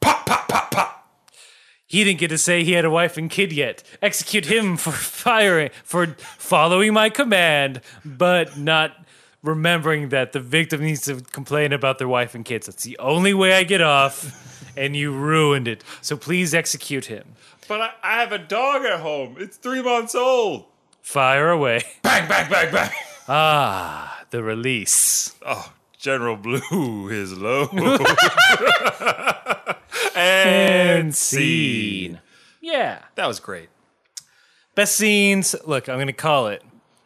Pop, pop, pop, pop.
He didn't get to say he had a wife and kid yet. Execute him for firing, for following my command, but not remembering that the victim needs to complain about their wife and kids. That's the only way I get off, and you ruined it. So please execute him.
But I, I have a dog at home. It's three months old.
Fire away.
Bang, bang, bang, bang.
The release.
Oh, General Blue is low. and scene.
Yeah.
That was great.
Best scenes. Look, I'm going to call it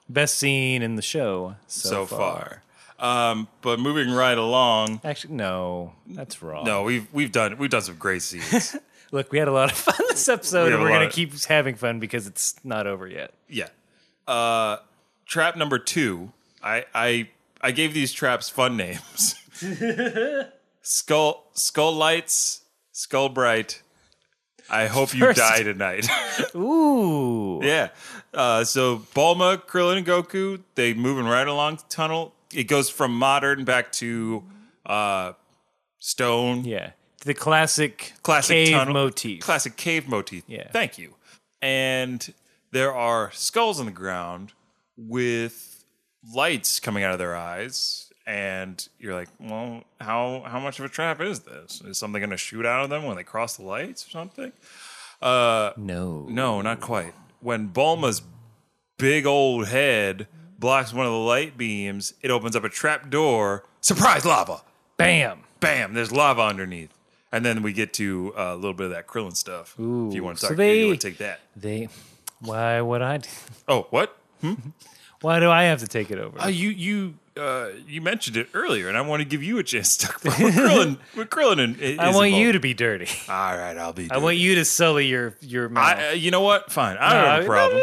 best scene in the show so,
So
far.
far. Um, but moving right along.
Actually, no, that's wrong.
No, we've we've done we've done some great scenes.
Look, we had a lot of fun this episode,
We have a
and we're
lot
going to
of-
keep having fun because it's not over yet.
yeah. Uh, trap number two. I I I gave these traps fun names. skull skull lights, skull bright. I hope you
First-
die tonight.
Ooh.
Yeah. Uh, so Bulma, Krillin, and Goku, they moving right along tunnel. It goes from modern back to uh, stone.
Yeah. The classic
Classic
cave
tunnel-
motif.
Classic cave motif.
Yeah.
Thank you. And there are skulls on the ground with lights coming out of their eyes. And you're like, well, how how much of a trap is this? Is something going to shoot out of them when they cross the lights or something?
no.
No, not quite. When Bulma's big old head blocks one of the light beams, it opens up a trap door. Surprise lava!
Bam.
Bam! There's lava underneath. And then we get to uh, a little bit of that Krillin stuff. if you want to
so
talk,
they-
you want to take that.
They. Why would I? Do,
Oh, what?
why do I have to take it over?
Uh, you you uh, you mentioned it earlier, and I want to give you a chance to talk about what Krillin. What Krillin and
I want you to be dirty.
All right, I'll be.
I want you to sully your your mouth. Uh,
I, uh, you know what? Fine. I don't
No,
have
I-
a problem.
no,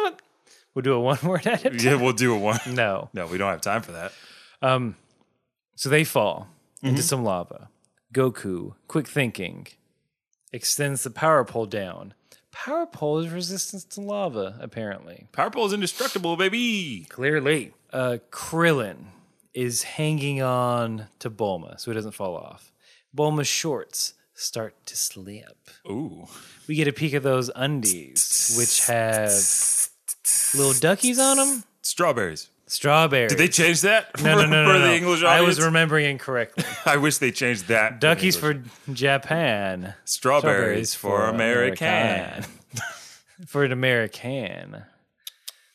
no, no, no. We'll do a one word at a time.
Yeah, we'll do a one.
No.
No, we don't have time for that.
So they fall
Mm-hmm.
into some lava. Goku, quick thinking, extends the power pole down. Power pole is resistance to lava, apparently.
Power pole is indestructible, baby.
Clearly. Uh, Krillin is hanging on to Bulma so he doesn't fall off. Bulma's shorts start to slip.
Ooh.
We get a peek of those undies, which have little duckies on them.
Strawberries.
Strawberry.
Did they change that
no, no, no, no,
for
no.
the English
I
audience?
was remembering incorrectly.
I wish they changed that. for the
Duckies
English.
for Japan.
strawberries, for American.
for an American.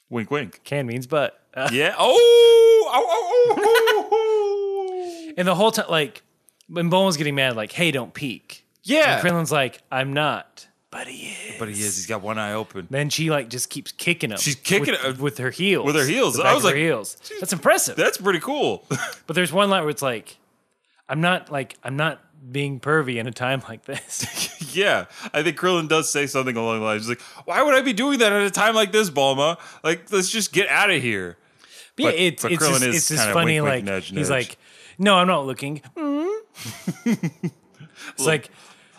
Wink, wink.
Can means but. Uh,
Yeah. Oh, oh, oh, oh, oh, oh.
and the whole time, like, when Bone's getting mad, like, hey, don't peek.
Yeah.
And Krillin's like, I'm not.
but he is. He's got one eye open.
Then she like just keeps kicking him.
She's kicking
with,
him-
with her heels.
with her heels.
The
I
back
was
of
like,
her heels. That's impressive.
That's pretty cool.
but there's one line where it's like, I'm not like I'm not being pervy in a time like this.
yeah. I think Krillin does say something along the lines. He's like, why would I be doing that at a time like this, Balma? Like, let's just get out of here.
but, yeah,
But-
it's
but
it's
Krillin
just,
is
it's just
kinda
funny.
wink, wink,
like
nudge, nudge.
he's like, no, I'm not looking. Mm. it's like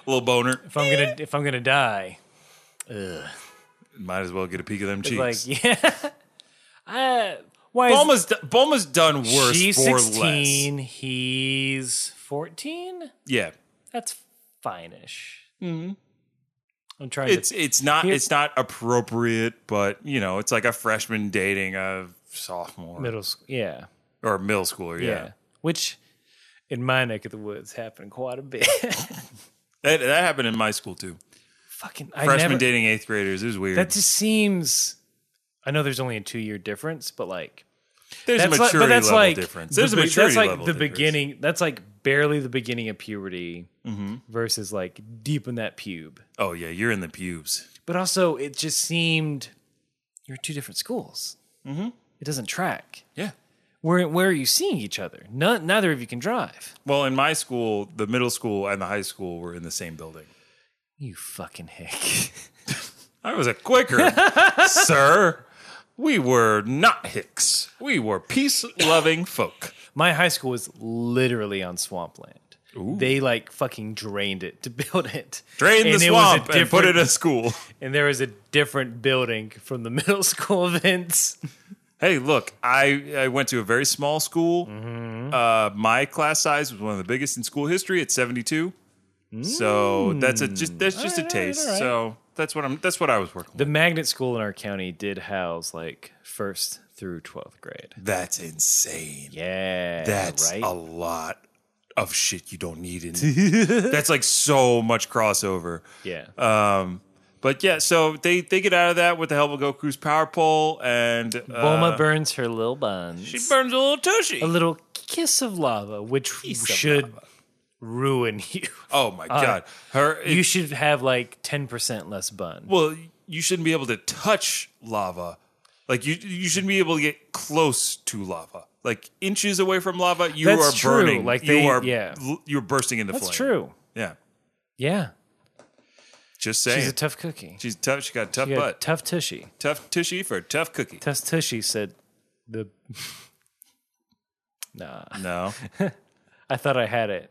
Little boner.
if I'm
Eh.
gonna if I'm gonna die,
Might as well get a peek of them cheeks.
like yeah. uh, why is
Bulma's, d- Bulma's done worse
she's
for
16,
less.
he's 14?
Yeah.
That's fine-ish. I'm trying
Mm-hmm. It's
to
it's not
Here-
it's not appropriate, but you know, it's like a freshman dating a sophomore
middle school. Yeah,
or middle schooler,
yeah.
yeah.
Which in my neck of the woods happened quite a bit.
That, that happened in my school too.
Fucking I
Freshman
never,
dating eighth graders. It was weird.
That just seems I know there's only a 2-year difference, but like
There's a
that's like,
maturity
but that's
level
like
difference.
the
There's a
be-
maturity
that's like
level
the
difference.
beginning. That's like barely the beginning of puberty
Mm-hmm.
versus like deep in that pube.
Oh yeah, you're in the pubes.
But also, it just seemed you're two different schools.
Mm-hmm.
It doesn't track.
Yeah.
Where where are you seeing each other? None, neither of you can drive.
Well, in my school, the middle school and the high school were in the same building.
You fucking hick.
I was a Quaker, sir. We were not Hicks. We were peace loving folk.
My high school was literally on swampland. They like fucking drained it to build it.
Drain the
And it was a
swamp and put it
different-
in school.
and there was a different building from the middle school events.
Hey, look, I, I went to a very small school.
Mm-hmm.
Uh, my class size was one of the biggest in school history at 72. So that's a just that's just a
right, Mm. all right,
taste.
all right.
So that's what I'm that's what I was working with.
The magnet school in our county did house like first through 12th grade.
That's insane.
Yeah.
That's
right.
a lot of shit you don't need in. that's like so much crossover.
yeah.
Um, but yeah, so they they get out of that with the help of Goku's power pole and uh,
Bulma burns her little buns.
She burns a little tushy.
a little kiss of lava, which should ruin you.
Oh my god, her it-
you should have like 10% less bun.
well, you shouldn't be able to touch lava. Like you you shouldn't be able to get close to lava. Like inches away from lava, you
That's
are
true.
burning.
Like
you
they-
are,
yeah.
l- you're bursting into
That's
flame.
true.
Yeah,
Yeah.
just saying.
She's a tough cookie.
She's tough. She got a tough
Yeah,
butt.
tough tushy.
tough tushy for a tough cookie.
Tough tushy said the. nah.
No.
I thought I had it,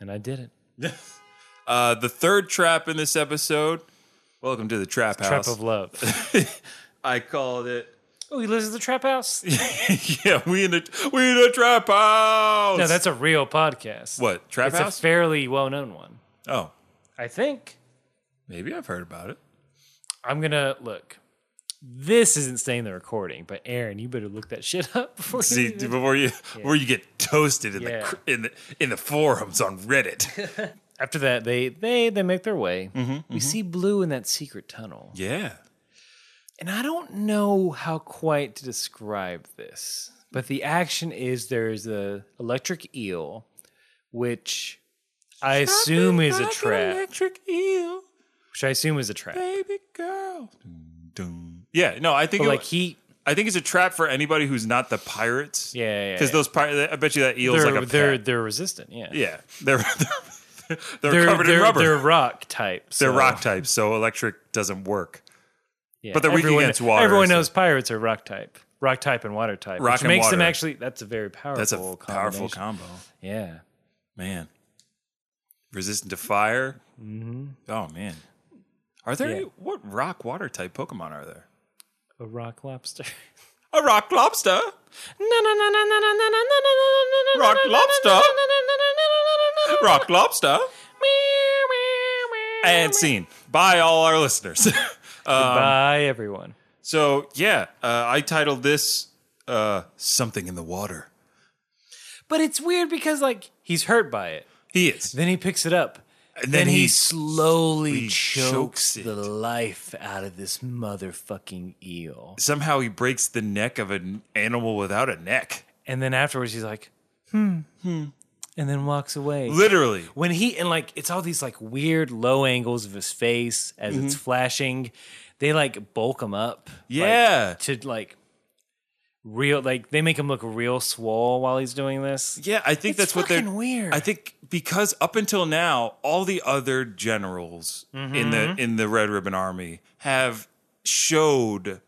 and I didn't.
Uh, the third trap in this episode. Welcome to the trap house.
Trap of love.
I called it.
oh, he lives in the trap house?
Yeah, we in the we in the trap house.
No, that's a real podcast.
what trap
It's
house.
a fairly well known one.
oh,
I think.
maybe I've heard about it.
I'm going to look. This isn't staying in the recording, but Aaron, you better look that shit up before
See
you.
before you before you get toasted in
Yeah.
the cr- in the in the forums on Reddit.
After that, they they they make their way.
Mm-hmm,
we see Blue in that secret tunnel,
yeah,
and I don't know how quite to describe this, but the action is there is a electric eel, which I assume is a trap.
Electric eel,
Which I assume is a trap.
baby girl. Dun, dun. Yeah, no, I think
But
it,
like he,
I think it's a trap for anybody who's not the pirates.
Yeah, yeah,
because
yeah.
those pirates. I bet you that eel's
they're
like a
they're
pet.
they're resistant. Yeah,
yeah, they're they're, they're
they're
covered
they're,
in rubber.
they're rock types.
They're rock types, so electric doesn't work. but they're weak against water,
Everyone
so-
knows pirates are rock type, rock type and water type,
Rock
which
and
makes them
water.
actually. That's a very powerful.
That's a powerful
combination.
combo,
yeah.
man. Resistant to fire. Oh man, are there
Yeah.
any- what rock water type Pokemon are there?
A rock lobster.
A rock lobster.
Rock
lobster. Rock lobster. And seen by all our listeners.
Bye, everyone.
so yeah, uh, I titled this uh, "Something in the Water."
But it's weird because like he's hurt by it.
He is.
Then he picks it up.
And
then,
then
he,
he
slowly
chokes
chokes
it.
the life out of this motherfucking eel.
Somehow he breaks the neck of an animal without a neck.
And then afterwards, he's like, hmm, and then walks away.
Literally.
when he and like it's all these like weird low angles of his face as it's
Mm-hmm.
flashing they like bulk him up like,
Yeah.
to like real like they make him look real swole while he's doing this
Yeah, I think
It's
that's what they're
fucking weird.
I think because up until now, all the other generals in
Mm-hmm.
the in the Red Ribbon Army have showed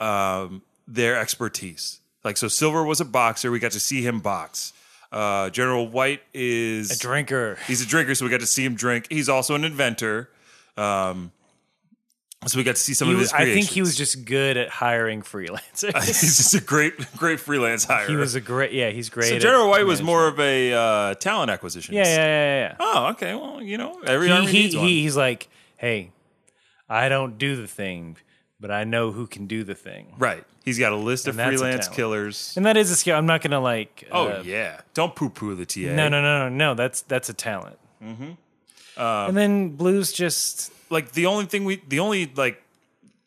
um, their expertise. Like so, Silver was a boxer. We got to see him box. Uh, General White is
a drinker
He's a drinker, so we got to see him drink. He's also an inventor. Um, so we got to see some
He
of
was-
his.
i
Creations.
think he was just good at hiring freelancers
He's just a great, great freelance hire.
he was a great yeah he's great
so
at
General White was
management.
more of a uh, talent acquisition.
yeah yeah yeah,
Oh, okay. Well, you know, every
yeah, yeah.
army
He,
needs
he,
one.
he, he's like hey i don't do the thing but i know who can do the thing
right. He's got a list of
And that's a
freelance
talent.
killers.
and that is a skill i'm not gonna like
oh
uh,
yeah. Don't poo poo the TA.
No, no, no, no, no. That's that's a talent.
Mm-hmm.
and then blues just
Like the only thing we, the only like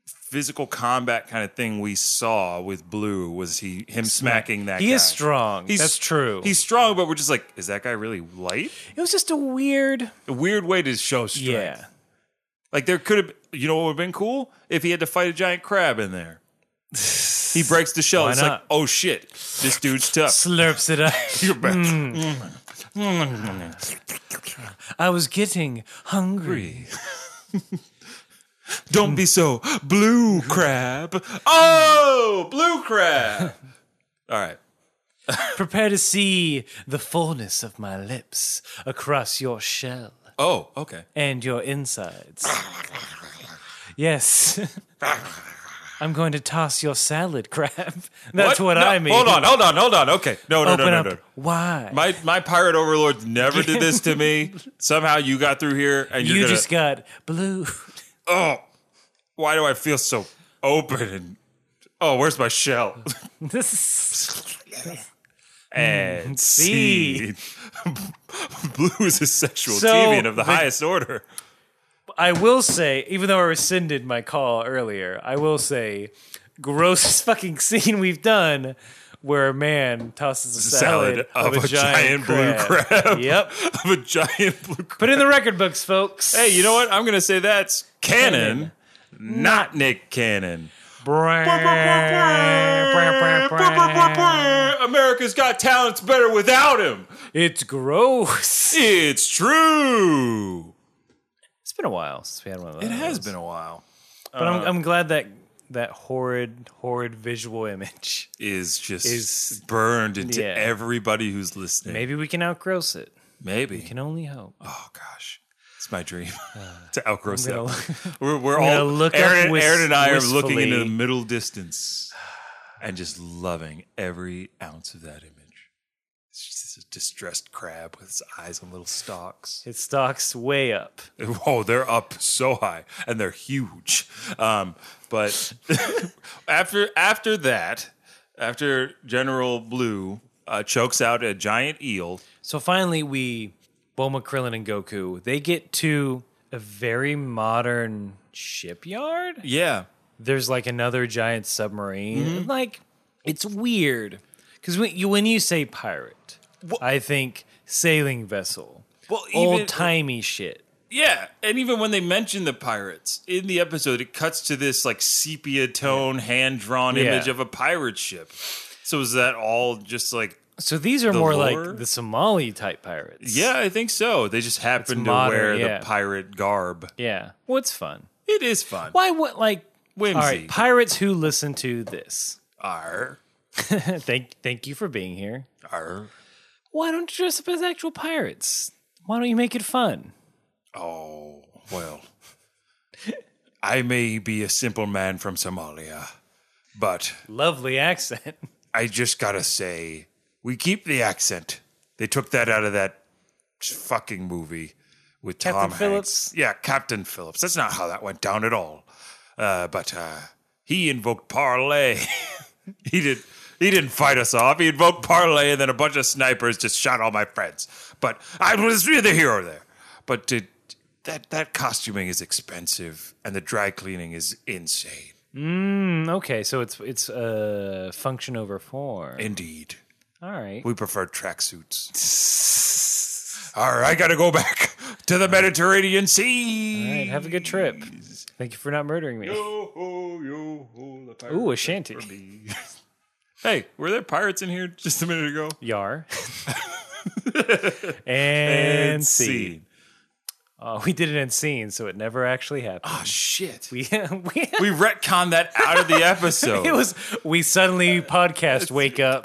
physical combat kind of thing we saw with Blue was he him smacking that.
he is
guy.
strong.
He's-
that's true.
He's strong, but we're just like, is that guy really light?
it was just a weird.
A weird way to show strength.
Yeah,
Like there could have, you know, what would have been cool if he had to fight a giant crab in there. he breaks the shell.
Why
it's like,
not?
oh shit, this dude's tough.
slurps it up.
You're back.
I was getting hungry.
Don't be so blue crab. Oh, blue crab. All right.
Prepare to see the fullness of my lips across your shell
Oh, okay.
and your insides. yes. I'm going to toss your salad crab. That's what,
No,
I mean.
Hold on, hold on, hold on. Okay. No, no,
Open
no, no,
up
no.
wide.
My my pirate overlords never did this to me. Somehow you got through here and you're
you
gonna,
just got blue.
oh, why do I feel so open and oh, where's my shell?
This is
And see,
seed.
blue is a sexual
So,
deviant of the
the-
highest order.
I will say, even though I rescinded my call earlier, I will say, grossest fucking scene we've done where a man tosses a salad, of, a, giant,
blue
crab.
crab.
Yep.
Of a giant blue crab.
Put it in the record books, folks.
Hey, you know what? I'm going to say that's Cannon, not Nick Cannon. America's Got Talent's better without him.
It's gross.
It's true.
It's been a while since we had one of those.
It has been a while.
But I'm, I'm glad that that horrid, horrid visual image.
Is just
Is-
burned into
yeah.
everybody who's listening.
Maybe we can outgross it.
Maybe.
Can only hope.
Oh gosh, it's my dream to outgrow
Uh, I'm gonna-
stuff. We're, we're
gonna
all
look up
Aaron,
wist-
Aaron and I are looking into the
wistfully.
middle distance and just loving every ounce of that image. It's just a distressed crab with its eyes on little stalks.
It stocks way up.
Whoa, they're up so high and they're huge. Um, but after after that, after General Blue uh, chokes out a giant eel.
So finally, we Bulma, Krillin, and Goku. They get to a very modern shipyard.
Yeah.
There's like another giant submarine.
Mm-hmm.
Like it's weird because when you when you say pirate, I think sailing vessel,
Well,
old timey shit.
Yeah, and even when they mention the pirates in the episode, it cuts to this like sepia tone, hand drawn
Yeah.
image of a pirate ship. So is that all just like?
So these are
The
more
lore?
like the Somali type pirates.
Yeah, I think so. They just happen to
modern,
wear
yeah.
the pirate garb.
yeah. Well, it's fun.
It is fun.
Why? What? Like
Whimsy.
All right, pirates who listen to this.
Arr,
thank, thank you for being here.
arr.
why don't you dress up as actual pirates? Why don't you make it fun?
Oh well, I may be a simple man from Somalia, but
Lovely accent.
I just gotta say, we keep the accent. They took that out of that fucking movie with Tom
Captain
Hanks.
Phillips?
Yeah, Captain Phillips. That's not how that went down at all. Uh, but uh, he invoked parlay. he did. He didn't fight us off. He invoked parlay, and then a bunch of snipers just shot all my friends. But I was neither here or there. But to, that that costuming is expensive, and the dry cleaning is insane.
Mm, Okay, so it's it's uh, function over form.
Indeed,
All right.
we prefer tracksuits. All right, I got to go back to the Mediterranean Sea.
All right, have a good trip. Thank you for not murdering me.
Yo ho, yo ho, the pirates
Ooh, a
went
shanty.
for me. hey, were there pirates in here just a minute ago?
Yar. and scene.
scene.
Oh, we did it in scene, so it never actually happened.
Oh shit. We,
We, we,
we retconned that out of the episode.
it was we suddenly podcast wake up.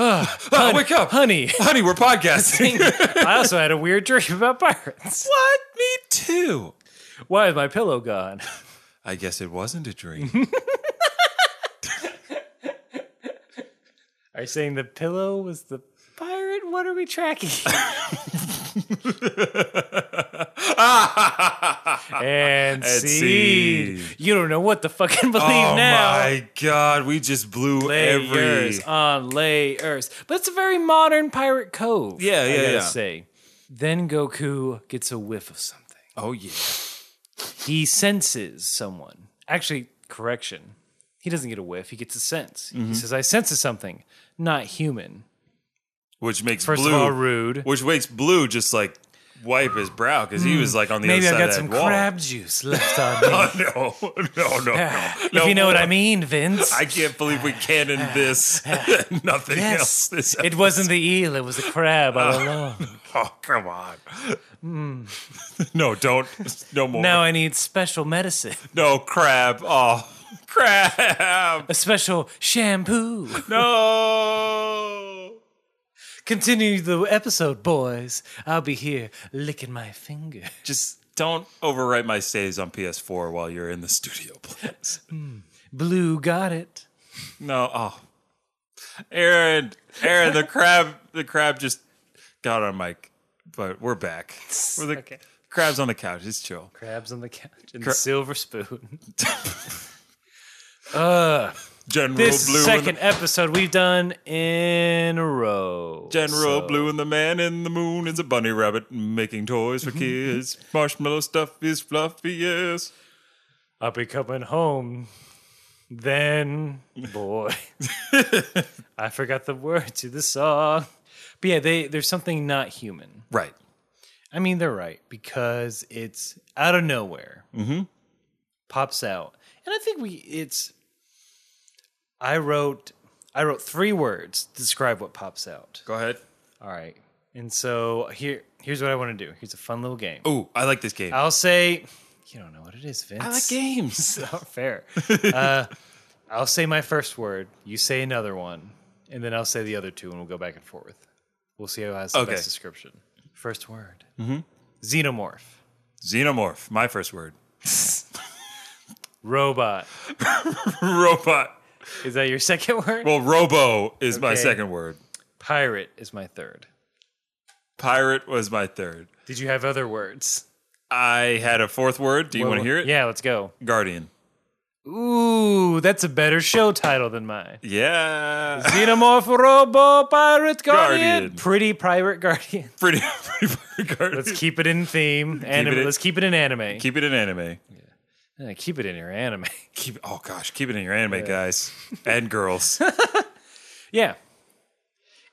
Ah,
oh, wake up,
honey.
honey. We're podcasting.
I also had a weird dream about pirates.
what? Me too.
Why is my pillow gone?
I guess it wasn't a dream.
Are you saying the pillow was the pirate? What are we tracking? and see,
scene.
you don't know what the fucking believe
oh
now.
my god, we just blew every.
layers on layers. But it's a very modern pirate cove.
Yeah, yeah,
I gotta
yeah.
Say, then Goku gets a whiff of something.
Oh yeah.
He senses someone. Actually, correction. He doesn't get a whiff. He gets a sense.
Mm-hmm.
He says, "I sense something, not human."
Which makes
First
blue
of all, rude.
Which makes blue just like wipe his brow because he was like on the
Hmm. Maybe
other side
I've got
of
some
that wall.
crab juice left on me.
Oh, no, no, no, no.
if
No,
you know what I mean, Vince.
I can't believe we canon this. Nothing else.
yes,
This
it wasn't the eel; it was the crab all along.
oh, come on.
Hmm.
no, don't. No more.
Now I need special medicine,
No crab. Oh, crab.
a special shampoo.
No.
Continue the episode, boys. I'll be here licking my finger.
Just don't overwrite my saves on PS4 while you're in the studio, please.
Blue got it.
No. Oh, Aaron, Aaron, the crab, the crab just got on mic, but we're back. We're the
Okay.
crab's on the couch. It's chill.
Crabs on the couch and
Cra-
silver spoon.
General Blue.
This
and the-
second episode we've done in a row.
General
So-
Blue and the Man in the Moon is a bunny rabbit making toys for kids. Marshmallow stuff is fluffy, yes.
I'll be coming home. Then, boy, I forgot the word to the song. But yeah, they there's something not human.
Right.
I mean, they're right because it's out of nowhere. Mm-hmm. Pops out, and I think we it's. I wrote, I wrote three words to describe what pops out.
Go ahead.
All right, and so here, here's what I want to do. Here's a fun little game.
Oh, I like this game.
I'll say, you don't know what it is, Vince.
I like games.
It's not fair. uh, I'll say my first word. You say another one, and then I'll say the other two, and we'll go back and forth. We'll see who has the
Okay. Mm-hmm.
best description. First word. Xenomorph.
Xenomorph, my first word.
Robot.
Robot.
Is that your second word?
Well, Robo is my
Okay.
second word.
Pirate is my third.
Pirate was my third.
Did you have other words?
I had a fourth word. Do you want to hear it?
Yeah, let's go.
Guardian.
Ooh, that's a better show title than mine.
Yeah.
Xenomorph Robo Pirate Guardian.
Guardian.
Pretty Pirate Guardian.
pretty, pretty pirate Guardian.
Let's keep it in theme. Anime.
in-
Let's keep it in anime.
Keep it in anime.
Yeah, keep it in your anime.
Keep oh gosh, keep it in your anime, guys. And girls.
Yeah.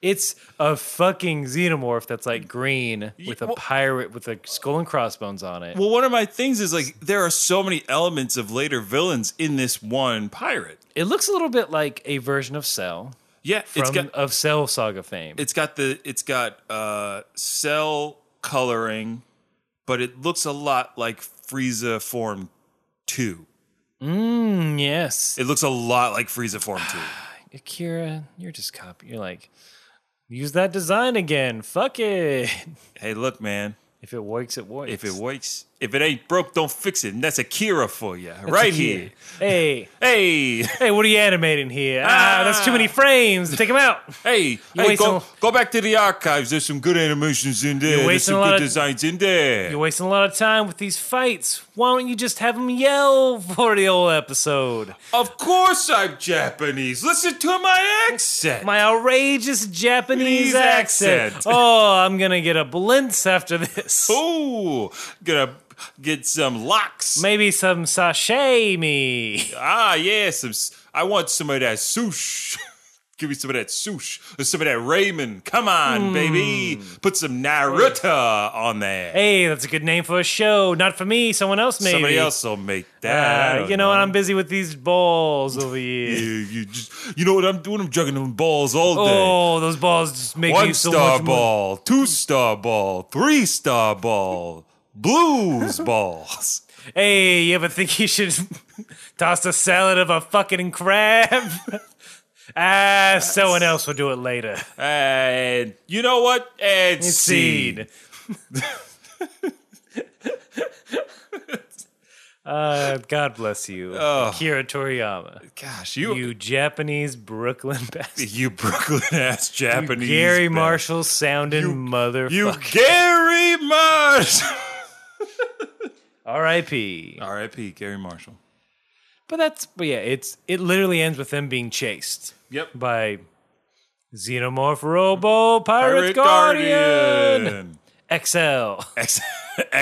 It's a fucking xenomorph that's like green with a
well-
pirate with a skull and crossbones on it.
Well, one of my things is like there are so many elements of later villains in this one pirate.
It looks a little bit like a version of Cell
Yeah, it's
from
got
of Cell Saga fame.
it's got the it's got uh cell coloring, but it looks a lot like Frieza Form Two.
Mm, yes.
It looks a lot like Frieza Form Two.
Akira, you're just copy. You're like, use that design again. Fuck it.
hey, look, man,
If it works, it works.
if it works, if it ain't broke, don't fix it, and that's Akira for you, right here.
Hey,
Hey,
hey, what are you animating here? Ah, that's too many frames. Take them out.
hey, hey
wait
go,
till-
go back to the archives. There's some good animations in there. There's
wasting
some
a lot
good
of-
designs in there.
You're wasting a lot of time with these fights. Why don't you just have them yell for the whole episode?
Of course I'm Japanese. Listen to my accent.
My outrageous Japanese
Japanese
accent.
accent.
Oh, I'm gonna get a blintz after this.
Ooh, gonna get some locks.
Maybe some sashimi.
Ah, yeah, some. s- I want some of that sush. Give me some of that sush, some of that ramen. Come on, baby.
Hmm.
Put some
Oh,
Naruto on there.
Hey, that's a good name for a show. Not for me. Someone else maybe.
Somebody else will make that. I
Uh,
don't
you know what? I'm busy with these balls over here.
You, you just, you know what I'm doing? I'm jugging them balls all day.
Oh, those balls just make
One
you so
star
much more.
ball, two star ball, three star ball, blues balls.
Hey, you ever think you should toss a salad of a fucking crab? ah, someone else will do it later.
And you know what? And seed.
Seed. uh, God bless you,
Oh.
Akira Toriyama.
Gosh, you you,
You Japanese Brooklyn bastard.
Brooklyn ass Japanese.
Gary
band.
Marshall sounding motherfucker.
You Gary Marshall.
R.I.P.
R.I.P. Gary Marshall.
But that's but yeah, it's it literally ends with them being chased
Yep.
by Xenomorph Robo Pirate,
Pirate
Guardian XL.
X-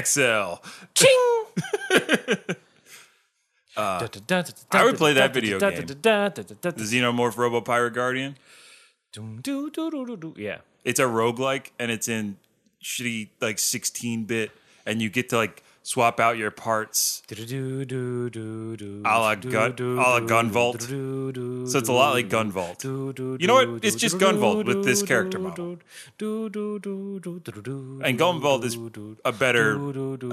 XL.
Ching.
I would play that video game. The Xenomorph Robo Pirate Guardian.
game. Yeah.
It's a roguelike and it's in shitty like 16 bit and you get to like swap out your parts.
A
la Gun- a la Gun Vault. So it's a lot like Gun Vault.
You
know what? It's just Gun Vault with this character model. And Gun Vault is a better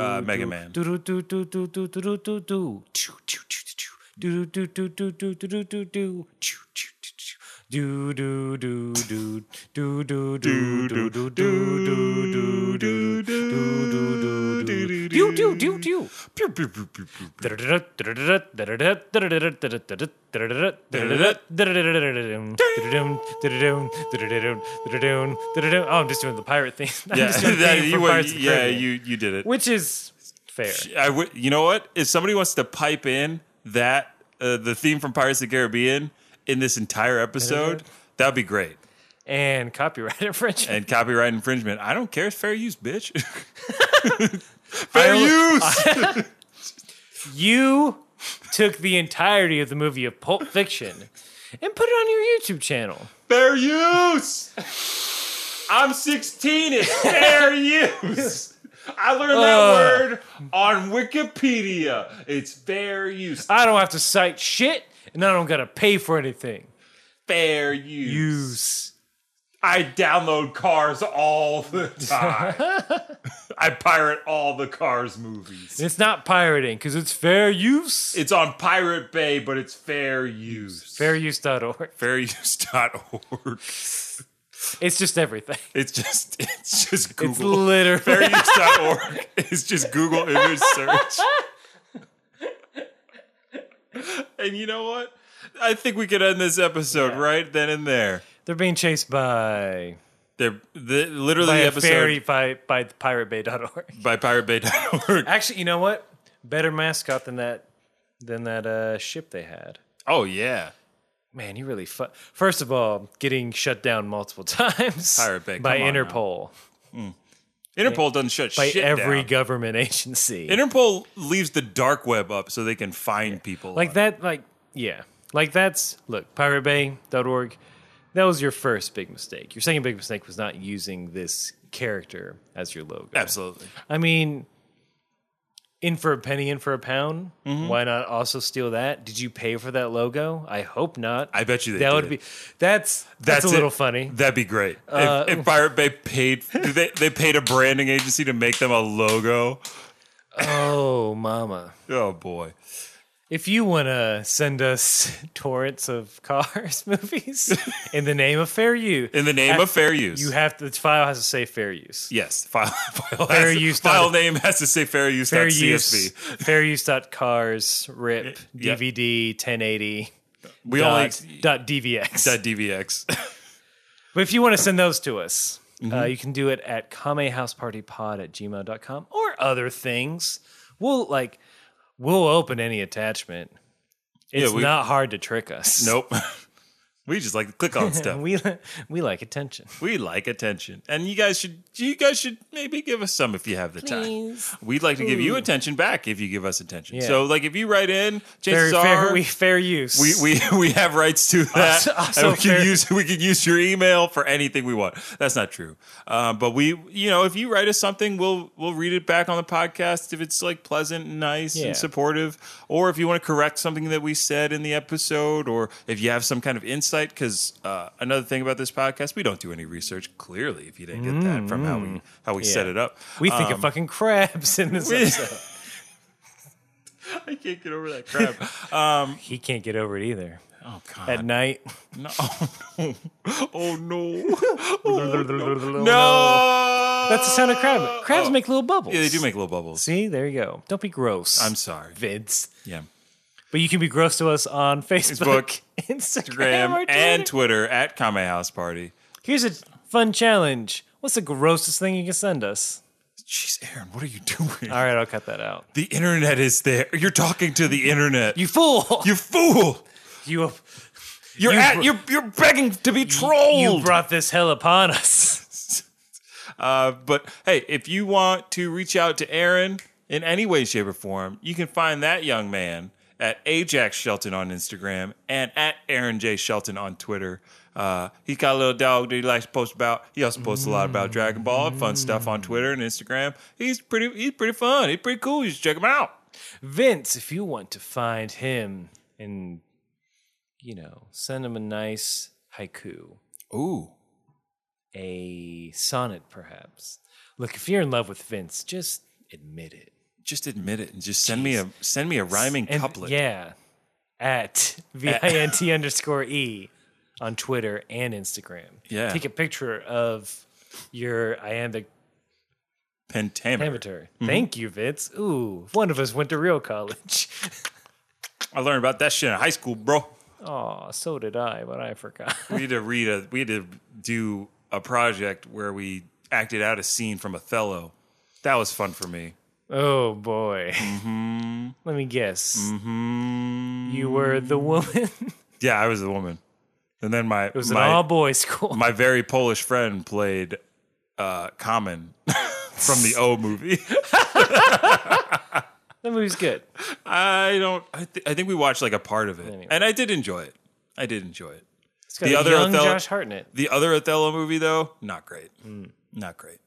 uh, Mega Man.
Oh, I'm just doing the pirate thing. I'm
Yeah,
just doing the
that-
theme
you
from
were-
Pirates of the
yeah,
Caribbean.
you you did it.
which is fair.
I w- you know what? If somebody wants to pipe in that uh, the theme from Pirates of the Caribbean in this entire episode, that'd be great.
And copyright infringement.
And copyright infringement, I don't care. It's fair use, bitch. fair use.
You took the entirety of the movie of Pulp Fiction and put it on your YouTube channel.
fair use. I'm 16. It's fair use. I learned
Ugh.
that word on Wikipedia. It's fair use.
I don't have to cite shit, and I don't gotta pay for anything.
Fair use.
Use.
I download cars all the time. I pirate all the cars movies.
It's not pirating because it's fair use.
It's on Pirate Bay, but it's fair use.
Fairuse.org.
Fairuse.org.
It's just everything.
It's just it's just
It's
Google.
literally.
Fairuse.org is just Google image search. and you know what? I think we could end this episode right then and there.
They're being chased by,
They're the, literally
by
the
a
episode
fairy by, by piratebay.org.
by piratebay.org.
Actually, you know what? Better mascot than that than that uh, ship they had.
Oh yeah.
Man, you really fu- first of all getting shut down multiple times
Pirate Bay,
by
come on now.
Interpol
Interpol doesn't shut
by
shit
every
down.
government agency.
Interpol leaves the dark web up so they can find people.
like that, like yeah, like that's look piratebay.org. That was your first big mistake. Your second big mistake was not using this character as your logo.
Absolutely.
I mean, in for a penny, in for a pound.
Mm-hmm.
Why not also steal that? Did you pay for that logo? I hope not.
I bet you they
that would
did.
be that's that's, a
it.
little funny. Uh,
That'd be great. If- if, Pirate Bay paid, they, they paid a branding agency to make them a logo.
Oh, mama!
Oh boy.
If you want to send us torrents of cars movies in the name of fair use,
In the name
Have-
of fair use.
you have to, the file has to say fair use.
yes. File, file,
Fair
has-
use dot-
file name has to say fair use.
Fair
dot
use.
CSV.
fair use. Dot cars rip
Yeah.
DVD 1080.
We
Dot,
only
dot DVX.
dot DVX.
But if you want to send those to us,
Mm-hmm.
uh, you can do it at kamehousepartypod at gmail.com or other things. We'll like we'll open any attachment. It's
Yeah, we-
not hard to trick us.
nope. We just like to click on stuff.
We we like attention.
We like attention, and you guys should you guys should maybe give us some if you have the
Please.
time. We'd like to give you attention back if you give us attention.
Yeah.
So, like, if you write in,
Fair,
chances
fair,
are
we fair use.
we, we we have rights to that,
Also- also
and we can
fair-
use we can use your email for anything we want. That's not true, um, but we you know if you write us something, we'll we'll read it back on the podcast if it's like pleasant and nice
Yeah.
and supportive, or if you want to correct something that we said in the episode, or if you have some kind of insight. Because uh, another thing about this podcast, we don't do any research. Clearly, if you didn't get that from how we how Mm-hmm. we set it up,
We think
um,
of fucking crabs in this episode.
I can't get over that crap.
He can't get over it either.
oh
At
God!
night,
No. oh no!
no.
No,
that's the sound of crab. Crabs
Oh.
make little bubbles.
Yeah, they do make little bubbles.
See, there you go. Don't be gross.
I'm sorry.
Vince.
Yeah,
But you can be gross to us on Facebook, Instagram,
Graham
or
and
Twitter.
Twitter at Kame House Party.
Here's a fun challenge. What's the grossest thing you can send us?
Jeez, Aaron, what are you doing?
All right, I'll cut that out.
The internet is there. You're talking to the internet. You,
You fool!
fool.
You
You're
You
at.
br-
you're you're begging to be trolled.
you brought this hell upon us.
Uh, but hey, if you want to reach out to Aaron in any way, shape, or form, you can find that young man at Ajax Shelton on Instagram and at Aaron J Shelton on Twitter. Uh, he's got a little dog that he likes to post about. He also posts a lot about Dragon Ball and fun stuff on Twitter and Instagram. He's pretty. He's pretty fun. He's pretty cool. You should check him out.
Vince, if you want to find him and you know, send him a nice haiku,
Ooh,
a sonnet perhaps. Look, if you're in love with Vince, just admit it.
just admit it and just send me a send me a rhyming
And-
couplet.
Yeah. At V I N T underscore E on Twitter and Instagram.
Yeah.
Take a picture of your iambic
Pentameter.
pentameter. Thank you, Vince. Ooh, one of us went to real college.
I learned about that shit in high school, bro.
Aw, so did I, but I forgot.
we had to read a we had to do a project where we acted out a scene from Othello. That was fun for me.
Oh boy.
Mm-hmm.
Let me guess. You were the woman.
Yeah, I was the woman, and then my
It was
my
an all boys school.
my very Polish friend played uh, Common from the O movie.
that movie's good.
I don't. I, th- I think we watched like a part of it,
Anyway.
and I did enjoy it. I did enjoy it.
It's got
The
a
other
young
Othello-
Josh Hartnett.
The other Othello movie, though, not great.
Hmm.
Not great.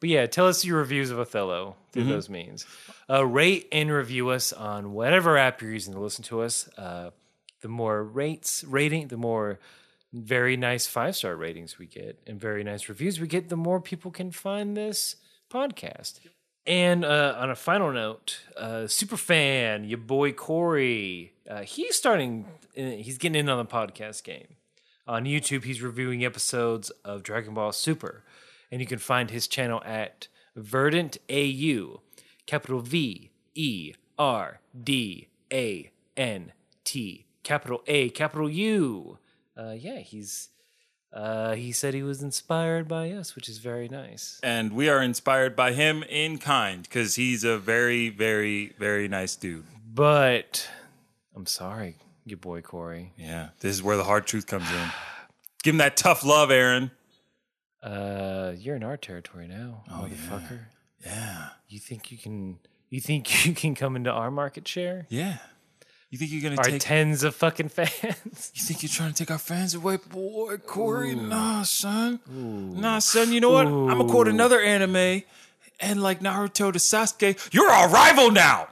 But yeah, tell us your reviews of Othello through those means. Uh, rate and review us on whatever app you're using to listen to us. Uh, the more rates rating, the more very nice five star ratings we get and very nice reviews we get, the more people can find this podcast. And uh, on a final note, uh, super fan, your boy Corey, uh, he's starting, uh, he's getting in on the podcast game on YouTube. He's reviewing episodes of Dragon Ball Super, and you can find his channel at Verdant AU, capital V E R D A N T, capital A, capital U. Uh, yeah, he's. Uh, he said he was inspired by us, which is very nice.
and we are inspired by him in kind because he's a very, very, very nice dude.
But I'm sorry, your boy Corey.
Yeah, this is where the hard truth comes in. Give him that tough love, Aaron.
Uh, you're in our territory now, motherfucker.
Yeah,
You think you can? You think you can come into our market share?
yeah. You think you're gonna
our
take?
tens of fucking fans.
you think you're trying to take our fans away, boy, Corey? Nah, son. Nah, son. You know what? I'm gonna quote another anime, and like Naruto to Sasuke, you're our rival now.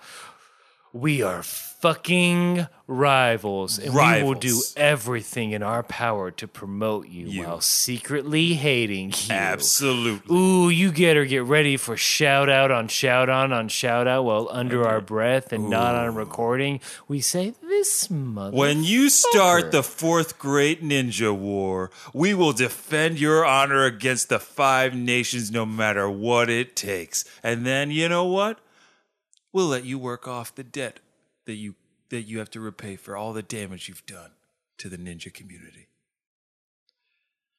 We are fucking rivals, and we will do
Rivals.
everything in our power to promote you, while secretly hating you.
Absolutely.
Ooh, you get or get ready for shout out on shout on on shout out while under our breath and not on recording. We say this mother.
When you start the fourth great ninja war, we will defend your honor against the five nations no matter what it takes. And then you know what? We'll let you work off the debt that you that you have to repay for all the damage you've done to the ninja community.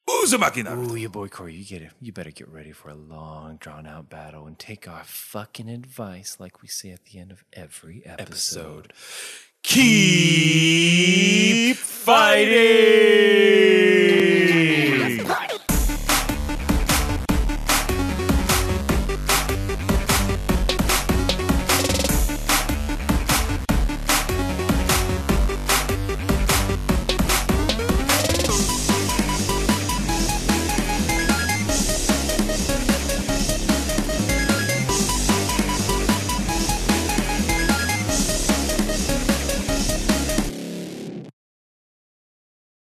Uzumaki Naruto.
Ooh, your boy Corey, you get it. You better get ready for a long, drawn out battle and take our fucking advice, like we say at the end of every episode.
Keep fighting. fighting.